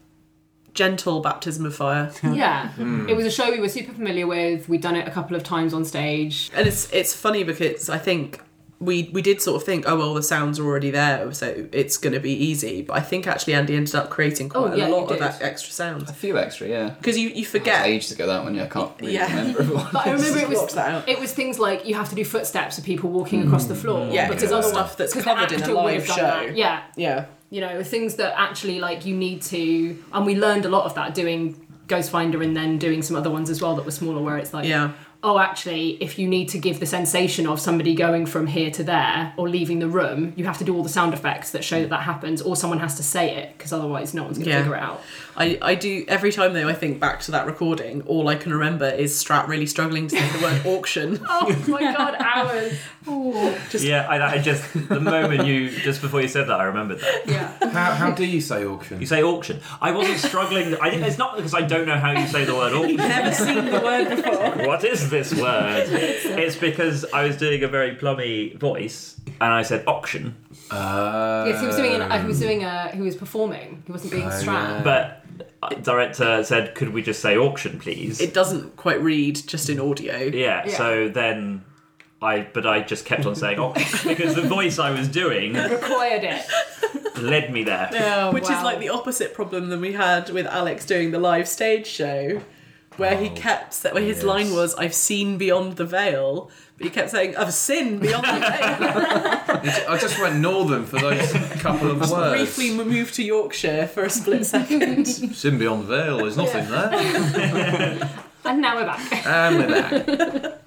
[SPEAKER 2] gentle baptism of fire.
[SPEAKER 4] [laughs] Yeah.
[SPEAKER 3] Mm.
[SPEAKER 4] It was a show we were super familiar with. We'd done it a couple of times on stage.
[SPEAKER 2] and it's it's funny because I think we we did sort of think, oh well, the sounds are already there, so it's going to be easy. But I think actually Andy ended up creating quite
[SPEAKER 7] Oh, yeah,
[SPEAKER 2] a
[SPEAKER 7] you
[SPEAKER 2] lot
[SPEAKER 7] did.
[SPEAKER 2] of that extra sound.
[SPEAKER 7] A few extra, yeah.
[SPEAKER 2] Because you, you forget.
[SPEAKER 7] ages ago that one, yeah, I can't really
[SPEAKER 2] Yeah.
[SPEAKER 7] remember. what
[SPEAKER 4] But I
[SPEAKER 7] was.
[SPEAKER 4] remember it was
[SPEAKER 2] Watch that out.
[SPEAKER 4] it was things like you have to do footsteps of people walking across the floor.
[SPEAKER 2] Mm. Yeah,
[SPEAKER 4] because
[SPEAKER 2] yeah.
[SPEAKER 4] otherwise,
[SPEAKER 2] stuff that's
[SPEAKER 4] 'cause an
[SPEAKER 2] covered in a
[SPEAKER 4] actor would
[SPEAKER 2] live
[SPEAKER 4] have done
[SPEAKER 2] show.
[SPEAKER 4] that. Yeah,
[SPEAKER 2] Yeah.
[SPEAKER 4] you know things that actually like you need to, and we learned a lot of that doing Ghost Finder and then doing some other ones as well that were smaller, where it's like
[SPEAKER 2] [laughs] Yeah.
[SPEAKER 4] Oh, actually, if you need to give the sensation of somebody going from here to there or leaving the room, you have to do all the sound effects that show that that happens, or someone has to say it because otherwise, no one's going to
[SPEAKER 2] Yeah.
[SPEAKER 4] figure it out.
[SPEAKER 2] I, I do every time though I think back to that recording all I can remember is Strat really struggling to say the word [laughs] auction
[SPEAKER 4] [laughs] Oh my god, [laughs] hours! Oh,
[SPEAKER 6] yeah, I, I just the moment you just before you said that, I remembered that.
[SPEAKER 3] Yeah. How, how do you say auction?
[SPEAKER 6] You say auction. I wasn't struggling. I think it's not because I don't know how you say the word auction.
[SPEAKER 2] never seen the word before
[SPEAKER 6] what is this word?
[SPEAKER 4] [laughs]
[SPEAKER 6] It's because I was doing a very plummy voice and I said auction. Uh,
[SPEAKER 4] Yes, he was doing. An, he
[SPEAKER 2] Um,
[SPEAKER 4] was doing a. He was performing. He wasn't being
[SPEAKER 6] Ah,
[SPEAKER 4] strapped.
[SPEAKER 6] But uh, director said, "Could we just say auction, please?"
[SPEAKER 2] it doesn't quite read just in audio
[SPEAKER 6] Yeah, So then, I but I just kept on
[SPEAKER 2] [laughs]
[SPEAKER 6] saying auction because the voice I was doing
[SPEAKER 4] required it.
[SPEAKER 6] led me there.
[SPEAKER 4] Oh,
[SPEAKER 2] which is like the opposite problem than we had with Alex doing the live stage show, where
[SPEAKER 3] Oh,
[SPEAKER 2] he kept sa- where his
[SPEAKER 6] yes.
[SPEAKER 2] line was "I've seen beyond the veil," but he kept saying "I've seen beyond the veil."
[SPEAKER 3] I just went northern for those couple of words.
[SPEAKER 2] Briefly we moved to Yorkshire for a
[SPEAKER 4] [laughs]
[SPEAKER 2] split second.
[SPEAKER 3] Sin beyond the veil. There's nothing
[SPEAKER 4] And now we're back.
[SPEAKER 3] there. And we're back.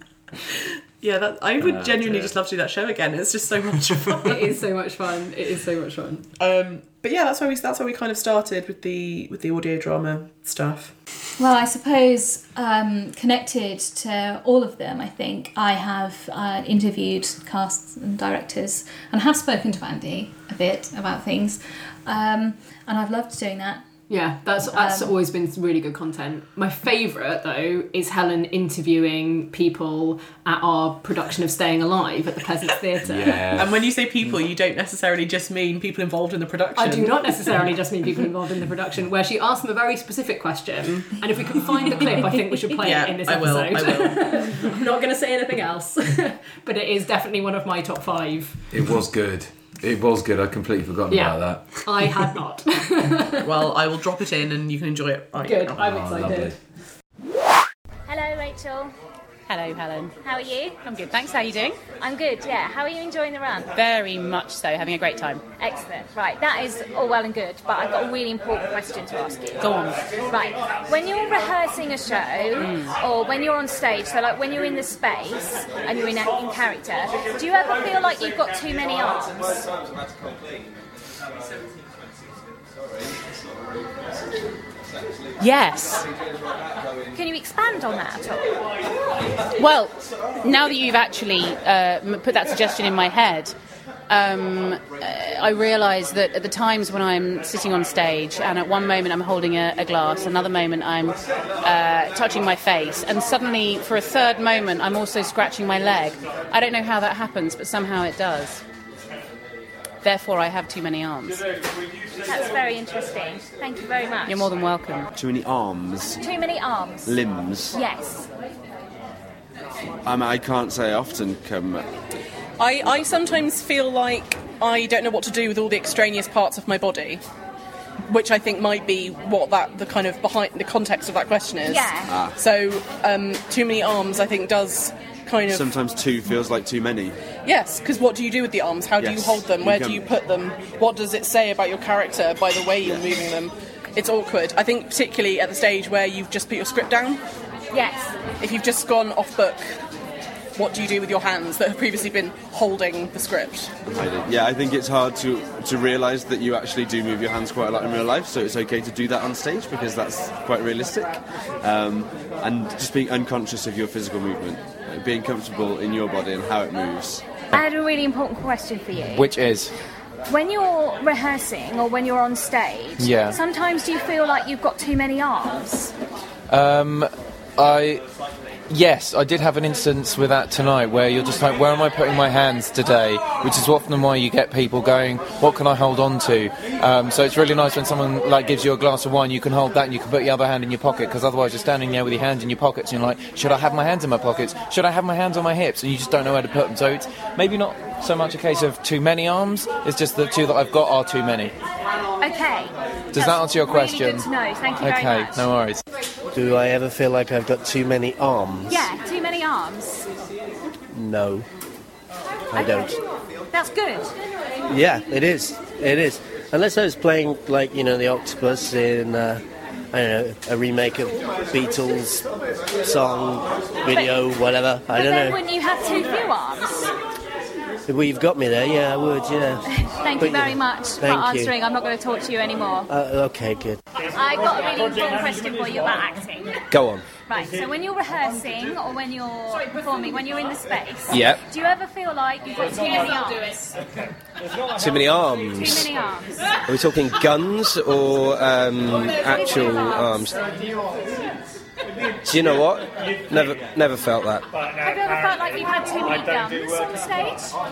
[SPEAKER 2] [laughs] yeah, that I would
[SPEAKER 3] Oh,
[SPEAKER 2] genuinely
[SPEAKER 3] dear.
[SPEAKER 2] just love to do that show again. It's just so
[SPEAKER 3] [laughs]
[SPEAKER 2] much fun.
[SPEAKER 4] it is so much fun. It is so much fun.
[SPEAKER 2] Um, but yeah, that's why we that's why we kind of started with the with the audio drama stuff.
[SPEAKER 8] Well, I suppose um, connected to all of them, I think I have uh, interviewed casts and directors and have spoken to Andy a bit about things, um, and I've loved doing that.
[SPEAKER 4] Yeah, that's that's
[SPEAKER 8] Um,
[SPEAKER 4] always been really good content. My favourite though is Helen interviewing people at our production of Staying Alive at the Pleasance Theatre.
[SPEAKER 2] And when you say people, you don't necessarily just mean people involved in the production.
[SPEAKER 4] I do not necessarily just mean people involved in the production, where she asked them a very specific question, and if we can find the clip, I think we should play
[SPEAKER 2] Yeah,
[SPEAKER 4] it in this
[SPEAKER 2] I will, I
[SPEAKER 4] episode. [laughs] I'm not going to say anything else, [laughs] but it is definitely one of my top five.
[SPEAKER 3] It was good. It was good. I'd completely forgotten
[SPEAKER 4] Yeah.
[SPEAKER 3] about that.
[SPEAKER 4] I had not.
[SPEAKER 2] well, I will drop it in and you can enjoy it. Right
[SPEAKER 4] Good,
[SPEAKER 2] now.
[SPEAKER 4] I'm Oh, excited. lovely.
[SPEAKER 19] Hello, Rachel.
[SPEAKER 20] Hello, Helen.
[SPEAKER 19] How are you?
[SPEAKER 20] I'm good, thanks. How are you doing?
[SPEAKER 19] I'm good, yeah. How are you enjoying the run?
[SPEAKER 20] Very much so, having a great time.
[SPEAKER 19] Excellent. Right, that is all well and good, but I've got a really important question to ask you.
[SPEAKER 20] Go on.
[SPEAKER 19] Right, when you're rehearsing a show
[SPEAKER 20] Mm.
[SPEAKER 19] or when you're on stage, so like when you're in the space and you're in, in character, do you ever feel like you've got too many arms?
[SPEAKER 20] Yes.
[SPEAKER 19] Can you expand on that at all?
[SPEAKER 20] Well, now that you've actually uh, m- put that suggestion in my head, um, uh, I realise that at the times when I'm sitting on stage, and at one moment I'm holding a, a glass, another moment I'm uh, touching my face, and suddenly for a third moment I'm also scratching my leg. I don't know how that happens, but somehow it does. Therefore, I have too many arms.
[SPEAKER 19] That's very interesting. Thank you very much.
[SPEAKER 20] You're more than welcome.
[SPEAKER 21] Too many arms,
[SPEAKER 19] Too many arms.
[SPEAKER 21] limbs.
[SPEAKER 19] Yes.
[SPEAKER 21] Um, I can't say I often come. uh,
[SPEAKER 17] I, I sometimes feel like I don't know what to do with all the extraneous parts of my body, which I think might be what that the kind of behind the context of that question is.
[SPEAKER 19] Yeah. Ah.
[SPEAKER 17] So um, too many arms, I think, does kind of
[SPEAKER 21] Sometimes two feels like too many.
[SPEAKER 17] yes. Because what do you do with the arms? How do you
[SPEAKER 21] Yes.
[SPEAKER 17] hold them?
[SPEAKER 21] You
[SPEAKER 17] Where
[SPEAKER 21] can-
[SPEAKER 17] do you put them? What does it say about your character by the way you're moving them? It's awkward. I think particularly at the stage where you've just put your script down.
[SPEAKER 19] Yes.
[SPEAKER 17] If you've just gone off book, what do you do with your hands that have previously been holding the script?
[SPEAKER 21] I do. Yeah, I think it's hard to to realise that you actually do move your hands quite a lot in real life, so it's okay to do that on stage because that's quite realistic. Um, and just being unconscious of your physical movement, like being comfortable in your body and how it moves.
[SPEAKER 19] I had a really important question for you.
[SPEAKER 21] Which is?
[SPEAKER 19] When you're rehearsing or when you're on stage,
[SPEAKER 22] Yeah.
[SPEAKER 19] sometimes do you feel like you've got too many arms?
[SPEAKER 22] Um, I
[SPEAKER 3] Um, Yes, I did have an instance with that tonight where you're just like, where am I putting my hands today? Which is often why you get people going, what can I hold on to? Um, so it's really nice when someone like gives you a glass of wine, you can hold that and you can put your other hand in your pocket because otherwise you're standing there with your hands in your pockets and you're like, should I have my hands in my pockets? Should I have my hands on my hips? And you just don't know where to put them. So it's maybe not so much a case of too many arms, it's just the two that I've got are too many.
[SPEAKER 19] Okay.
[SPEAKER 3] Does that answer your
[SPEAKER 19] really
[SPEAKER 3] question?
[SPEAKER 19] good to know. Thank you
[SPEAKER 3] okay,
[SPEAKER 19] very much.
[SPEAKER 3] no worries.
[SPEAKER 1] Do I ever feel like I've got too many arms?
[SPEAKER 19] Yeah, too many arms.
[SPEAKER 1] No, I don't.
[SPEAKER 19] That's good.
[SPEAKER 1] Yeah, it is. It is. Unless I was playing like you know the octopus in uh, I don't know a remake of Beatles song, video, whatever.
[SPEAKER 19] but
[SPEAKER 1] I don't
[SPEAKER 19] then
[SPEAKER 1] know.
[SPEAKER 19] wouldn't you have too few arms? [laughs]
[SPEAKER 1] Well, you've got me there. Yeah, I would. Yeah.
[SPEAKER 19] Thank
[SPEAKER 1] But
[SPEAKER 19] you very much for
[SPEAKER 1] Thank you.
[SPEAKER 19] answering. I'm not going to talk to you anymore.
[SPEAKER 1] Uh, okay, good.
[SPEAKER 19] I've got a really important question for you about acting.
[SPEAKER 1] Go on.
[SPEAKER 19] Right, so when you're rehearsing or when you're performing, when you're in the space,
[SPEAKER 1] Yep.
[SPEAKER 19] do you ever feel like you've got too many arms?
[SPEAKER 1] Too many arms.
[SPEAKER 19] Too many arms.
[SPEAKER 1] Are we talking guns or um, actual arms? Do you know what? Never, never felt that.
[SPEAKER 19] Have you ever felt like you've had too many guns on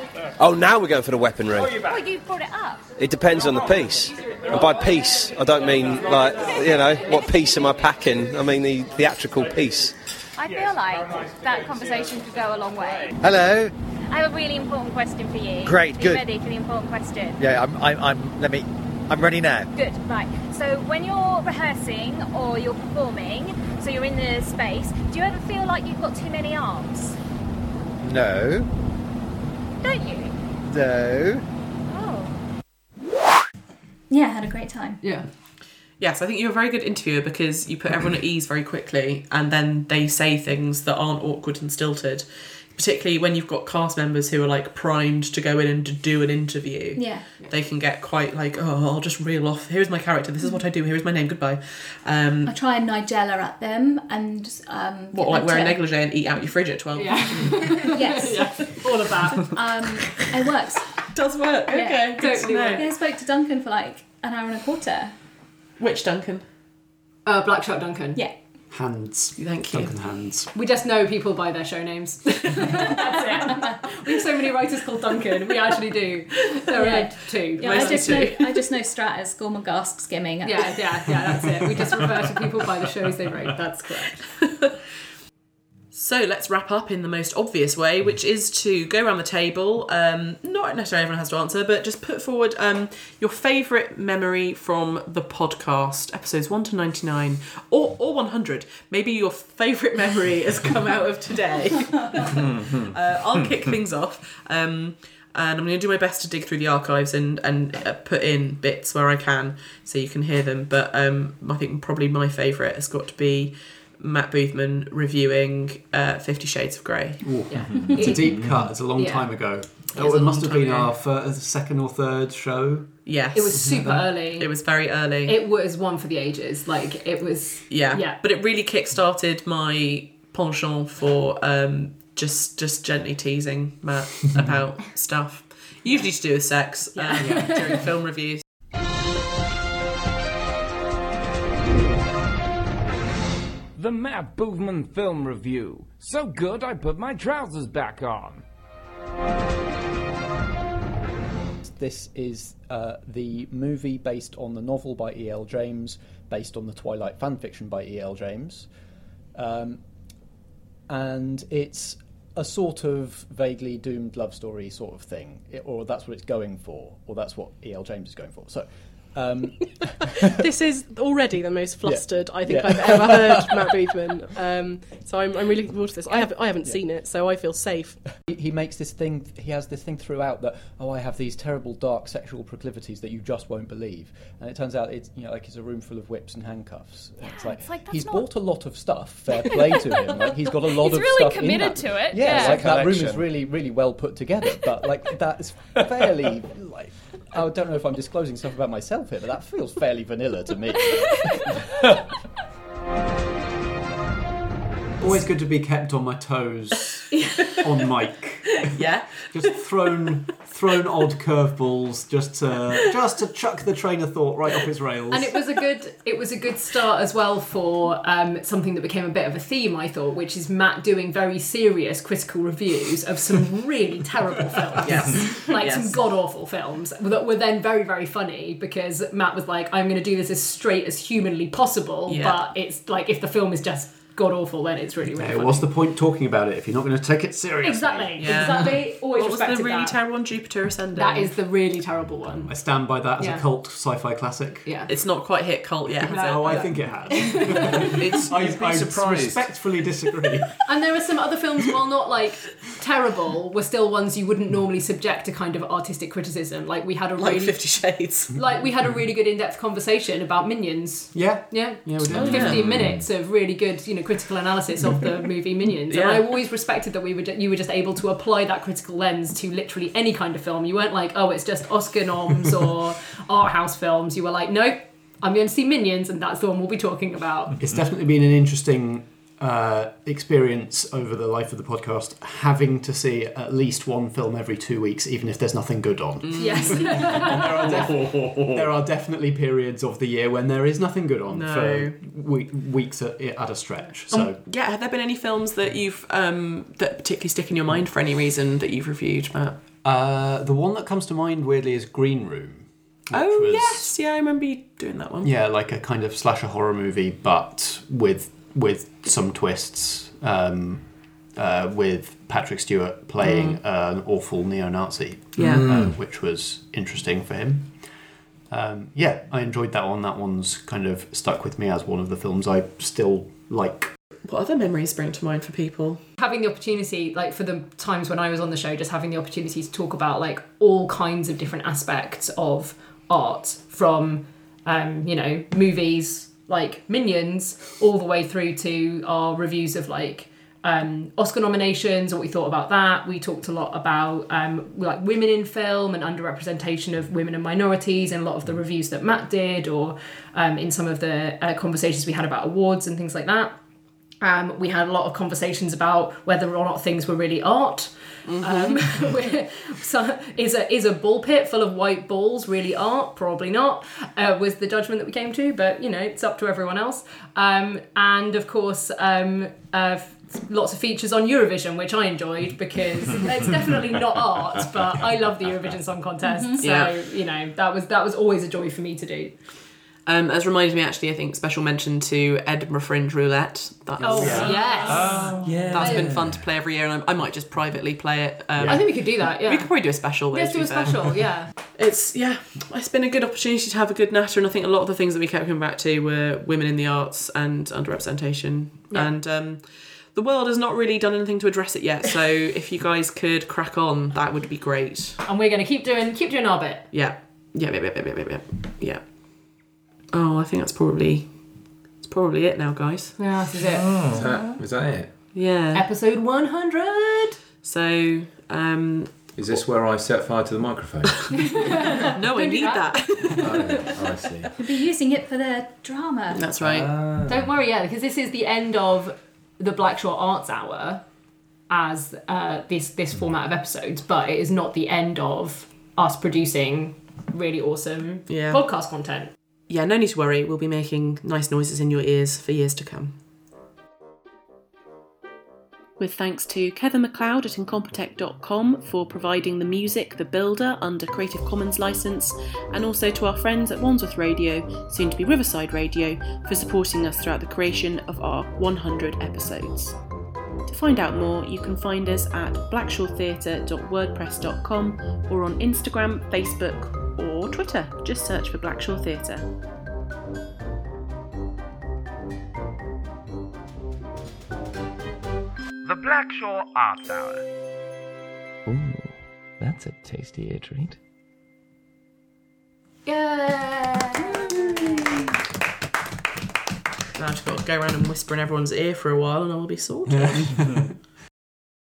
[SPEAKER 19] stage?
[SPEAKER 1] Oh, now we're going for the weaponry.
[SPEAKER 19] Well, you brought it up.
[SPEAKER 1] It depends on the piece. And by piece, I don't mean like you know what piece am I packing. I mean the theatrical piece.
[SPEAKER 19] I feel like that conversation could go a long way.
[SPEAKER 6] Hello.
[SPEAKER 19] I have a really important question for you.
[SPEAKER 6] Great,
[SPEAKER 19] Are you
[SPEAKER 6] good.
[SPEAKER 19] ready for the important question?
[SPEAKER 6] Yeah, I'm, I'm, I'm. Let me. I'm ready now.
[SPEAKER 19] Good, right. So when you're rehearsing or you're performing, so you're in the space, do you ever feel like you've got too many arms?
[SPEAKER 6] No.
[SPEAKER 19] Don't you?
[SPEAKER 6] No.
[SPEAKER 8] Yeah, I had a great time.
[SPEAKER 2] Oh. Yeah. Yes, I think you're a very good interviewer because you put everyone at ease very quickly and then they say things that aren't awkward and stilted. Particularly when you've got cast members who are like primed to go in and to do an interview.
[SPEAKER 8] Yeah.
[SPEAKER 2] They can get quite like, oh, I'll just reel off. Here's my character. This is what I do. Here's my name. Goodbye. Um,
[SPEAKER 8] I try and Nigella at them and just, um.
[SPEAKER 2] what,
[SPEAKER 8] get
[SPEAKER 2] like
[SPEAKER 8] them
[SPEAKER 2] wear a
[SPEAKER 8] to-
[SPEAKER 2] negligee and eat out your fridge at 12? Yeah.
[SPEAKER 8] [laughs]
[SPEAKER 2] [laughs]
[SPEAKER 8] yes.
[SPEAKER 4] All of that.
[SPEAKER 8] Um, it works.
[SPEAKER 2] Does work. Okay, good to know.
[SPEAKER 8] Yeah, I spoke to Duncan for like an hour and a quarter.
[SPEAKER 2] Which Duncan?
[SPEAKER 4] Uh, Blackshot Duncan.
[SPEAKER 8] Yeah.
[SPEAKER 23] Hands.
[SPEAKER 2] Thank
[SPEAKER 23] you. Duncan hands.
[SPEAKER 4] We just know people by their
[SPEAKER 8] [laughs]
[SPEAKER 4] show names. [laughs] That's it. We have so many writers called Duncan. We actually do. There
[SPEAKER 8] Yeah.
[SPEAKER 4] are two.
[SPEAKER 8] Yeah, I
[SPEAKER 4] mostly
[SPEAKER 8] just
[SPEAKER 4] two. [laughs]
[SPEAKER 8] know I just know Strat as Gormagast skimming.
[SPEAKER 4] Yeah, yeah, yeah, that's it. We just refer to people by the shows they wrote. That's correct.
[SPEAKER 2] So let's wrap up in the most obvious way, which is to go around the table. Um, not necessarily everyone has to answer, but just put forward um, your favourite memory from the podcast, episodes 1 to 99 or, or 100. Maybe your favourite memory has come out of today.
[SPEAKER 23] Hmm.
[SPEAKER 2] uh,
[SPEAKER 7] [laughs]
[SPEAKER 2] I'll kick things off. Um, and I'm going to do my best to dig through the archives and and uh, put in bits where I can, so you can hear them. But um, I think probably my favourite has got to be Matt Boothman reviewing uh, Fifty Shades of Grey.
[SPEAKER 23] Ooh. It's a deep cut. It's a long
[SPEAKER 2] Yeah.
[SPEAKER 23] time ago. It,
[SPEAKER 2] is
[SPEAKER 23] must
[SPEAKER 2] a long
[SPEAKER 23] have
[SPEAKER 2] time
[SPEAKER 23] been
[SPEAKER 2] ago.
[SPEAKER 23] our fir- second or third show.
[SPEAKER 2] Yes, Mm-hmm.
[SPEAKER 4] It was super early.
[SPEAKER 2] It was very early.
[SPEAKER 4] It was one for the ages. Like it was.
[SPEAKER 2] yeah.
[SPEAKER 4] Yeah.
[SPEAKER 2] but it really kick-started my penchant for um, just just gently teasing
[SPEAKER 24] [laughs]
[SPEAKER 2] Matt about stuff, usually to do with sex um, during film reviews.
[SPEAKER 25] The Matt Boothman film review. So good I put my trousers back on.
[SPEAKER 5] This is uh, the movie based on the novel by E.L. James, based on the Twilight fanfiction by E.L. James. Um, and it's a sort of vaguely doomed love story sort of thing, it, or that's what it's going for, or that's what E.L. James is going for. So, um, [laughs]
[SPEAKER 24] this is already the most flustered I think
[SPEAKER 5] Yeah.
[SPEAKER 24] I've ever
[SPEAKER 5] [laughs]
[SPEAKER 24] heard Matt Boothman. Um, so I'm, I'm really looking forward to this. I have I haven't seen it, so I feel safe.
[SPEAKER 5] he- he makes this thing he has this thing throughout that oh i have these terrible dark sexual proclivities that you just won't believe and it turns out it's you know like it's a room full of whips and handcuffs And it's like, it's like, that's he's not- bought a lot of stuff fair play to him like he's got a lot [laughs] He's of really stuff in committed that. to it, yeah, yeah. like that room is Collection. really really well put together but like that's [laughs] fairly like i don't know if i'm disclosing stuff about myself here but that feels fairly vanilla to [laughs] me
[SPEAKER 4] [laughs]
[SPEAKER 23] Always good to be kept on my toes on mic.
[SPEAKER 2] yeah.
[SPEAKER 5] Just thrown thrown odd curveballs just to just to chuck the train of thought right off its rails.
[SPEAKER 4] And it was a good it was a good start as well for um, something that became a bit of a theme, I thought, which is Matt doing very serious critical reviews of some really terrible films.
[SPEAKER 2] [laughs] Yes.
[SPEAKER 4] Like some
[SPEAKER 2] Yes.
[SPEAKER 4] god awful films that were then very, very funny because Matt was like, I'm gonna do this as straight as humanly possible,
[SPEAKER 5] Yeah.
[SPEAKER 4] but it's like if the film is just god awful then it's really, really
[SPEAKER 5] Yeah,
[SPEAKER 4] funny.
[SPEAKER 5] what's the point talking about it if you're not going to take it seriously?
[SPEAKER 4] Exactly, exactly. Always
[SPEAKER 2] What was the
[SPEAKER 4] respected
[SPEAKER 2] really
[SPEAKER 4] that.
[SPEAKER 2] terrible one, Jupiter Ascending?
[SPEAKER 4] That is the really terrible one.
[SPEAKER 5] I stand by that as
[SPEAKER 4] Yeah.
[SPEAKER 5] a cult sci-fi classic.
[SPEAKER 4] Yeah.
[SPEAKER 2] It's not quite hit cult yet. has
[SPEAKER 5] No,
[SPEAKER 2] it?
[SPEAKER 5] I think it
[SPEAKER 2] [laughs]
[SPEAKER 5] has.
[SPEAKER 3] it's,
[SPEAKER 5] I,
[SPEAKER 2] you'd be
[SPEAKER 5] I
[SPEAKER 2] surprised.
[SPEAKER 5] respectfully disagree.
[SPEAKER 4] [laughs] And there are some other films, while not like terrible, were still ones you wouldn't normally subject to kind of artistic criticism. Like we had a
[SPEAKER 2] Like
[SPEAKER 4] really
[SPEAKER 2] Fifty Shades.
[SPEAKER 4] [laughs] like we had a really good in-depth conversation about Minions.
[SPEAKER 5] Yeah.
[SPEAKER 4] Yeah.
[SPEAKER 5] Yeah, we did. Oh, yeah.
[SPEAKER 4] Fifteen minutes of really good, you know, critical analysis
[SPEAKER 5] [laughs]
[SPEAKER 4] of the movie Minions. And
[SPEAKER 5] Yeah.
[SPEAKER 4] I always respected that we were ju- you were just able to apply that critical lens to literally any kind of film. You weren't like, oh, it's just Oscar
[SPEAKER 5] [laughs]
[SPEAKER 4] noms or art house films. You were like, nope, I'm going to see Minions, and that's the one we'll be talking about.
[SPEAKER 5] It's definitely been an interesting uh, experience over the life of the podcast, having to see at least one film every two weeks, even if there's nothing good on.
[SPEAKER 2] Mm.
[SPEAKER 5] [laughs]
[SPEAKER 4] Yes.
[SPEAKER 5] there are definitely periods of the year when there is nothing good on
[SPEAKER 2] No.
[SPEAKER 5] for we- weeks at, at a stretch. So
[SPEAKER 2] Um, yeah, have there been any films that you've um, that particularly stick in your mind for any reason that you've reviewed, Matt?
[SPEAKER 5] uh, the one that comes to mind weirdly is Green Room.
[SPEAKER 2] oh yes, yeah, I remember you doing that one.
[SPEAKER 5] Yeah, like a kind of slasher horror movie, but with with some twists. Um, uh, with Patrick Stewart playing an awful neo-Nazi,
[SPEAKER 2] Mm. Yeah.
[SPEAKER 5] uh,
[SPEAKER 2] Mm.
[SPEAKER 5] which was interesting for him. Um, yeah, I enjoyed that one. That one's kind of stuck with me as one of the films I still like.
[SPEAKER 2] What other memories spring to mind for people?
[SPEAKER 4] having the opportunity like for the times when i was on the show just having the opportunity to talk about like all kinds of different aspects of art from um you know movies like minions all the way through to our reviews of like um, Oscar nominations, what we thought about that. We talked a lot about um, like women in film and underrepresentation of women and minorities, and a lot of the reviews that Matt did, or um, in some of the uh, conversations we had about awards and things like that. Um, we had a lot of conversations about whether or not things were really art. Um, [laughs] where- so is a is a ball pit full of white balls really art? Probably not. Uh, was the judgment that we came to, but you know it's up to everyone else. Um, and of course, um, uh, f- lots of features on Eurovision, which I enjoyed because it's definitely not art, but I love the Eurovision Song Contest.
[SPEAKER 2] Mhm.
[SPEAKER 4] So
[SPEAKER 2] Yeah.
[SPEAKER 4] you know that was that was always a joy for me to do.
[SPEAKER 2] Um, as reminded me, actually, I think special mention to Edinburgh Fringe Roulette. That's,
[SPEAKER 4] Oh, Yeah. yes. Oh, yeah.
[SPEAKER 2] That's been fun to play every year, and I, I might just privately play it. um,
[SPEAKER 4] I think we could do that, yeah.
[SPEAKER 2] we could probably do a special. though,
[SPEAKER 4] Let's
[SPEAKER 2] to
[SPEAKER 4] do a
[SPEAKER 2] be fair.
[SPEAKER 4] special, yeah.
[SPEAKER 2] [laughs] It's yeah, it's been a good opportunity to have a good natter, and I think a lot of the things that we kept coming back to were women in the arts and underrepresentation,
[SPEAKER 4] Yeah.
[SPEAKER 2] and um, the world has not really done anything to address it yet. So if you guys could crack on, that would be great.
[SPEAKER 4] And we're gonna keep doing keep doing our bit.
[SPEAKER 2] Yeah, yeah, yeah, yeah, yeah, yeah, yeah. yeah. Oh, I think that's probably it's probably it now, guys.
[SPEAKER 4] Yeah, this is it.
[SPEAKER 3] Was that, was that it?
[SPEAKER 2] Yeah.
[SPEAKER 4] Episode 100.
[SPEAKER 2] So, um,
[SPEAKER 3] Is this where I set fire to
[SPEAKER 2] [laughs]
[SPEAKER 3] the microphone?
[SPEAKER 2] [laughs]
[SPEAKER 3] [laughs]
[SPEAKER 2] no, I need that.
[SPEAKER 3] [laughs] Oh, I see.
[SPEAKER 8] They'd be using it for their drama.
[SPEAKER 2] That's right.
[SPEAKER 4] Don't worry, yeah, because this is the end of the Blackshaw Arts Hour as uh, this this format of episodes, but it is not the end of us producing really awesome
[SPEAKER 2] Yeah.
[SPEAKER 4] podcast content.
[SPEAKER 2] Yeah, no need to worry. We'll be making nice noises in your ears for years to come. With thanks to Kevin McLeod at incompetech.com for providing the music The Builder under Creative Commons license, and also to our friends at Wandsworth Radio, soon to be Riverside Radio, for supporting us throughout the creation of our 100 episodes. To find out more, you can find us at blackshawtheatre.wordpress.com or on Instagram, Facebook, or Twitter. Just search for Blackshaw Theatre.
[SPEAKER 13] The Blackshaw Arts Hour.
[SPEAKER 10] Ooh, that's a tasty ear treat.
[SPEAKER 2] Now I've just got to go around and whisper in everyone's ear for a while and I will be sorted.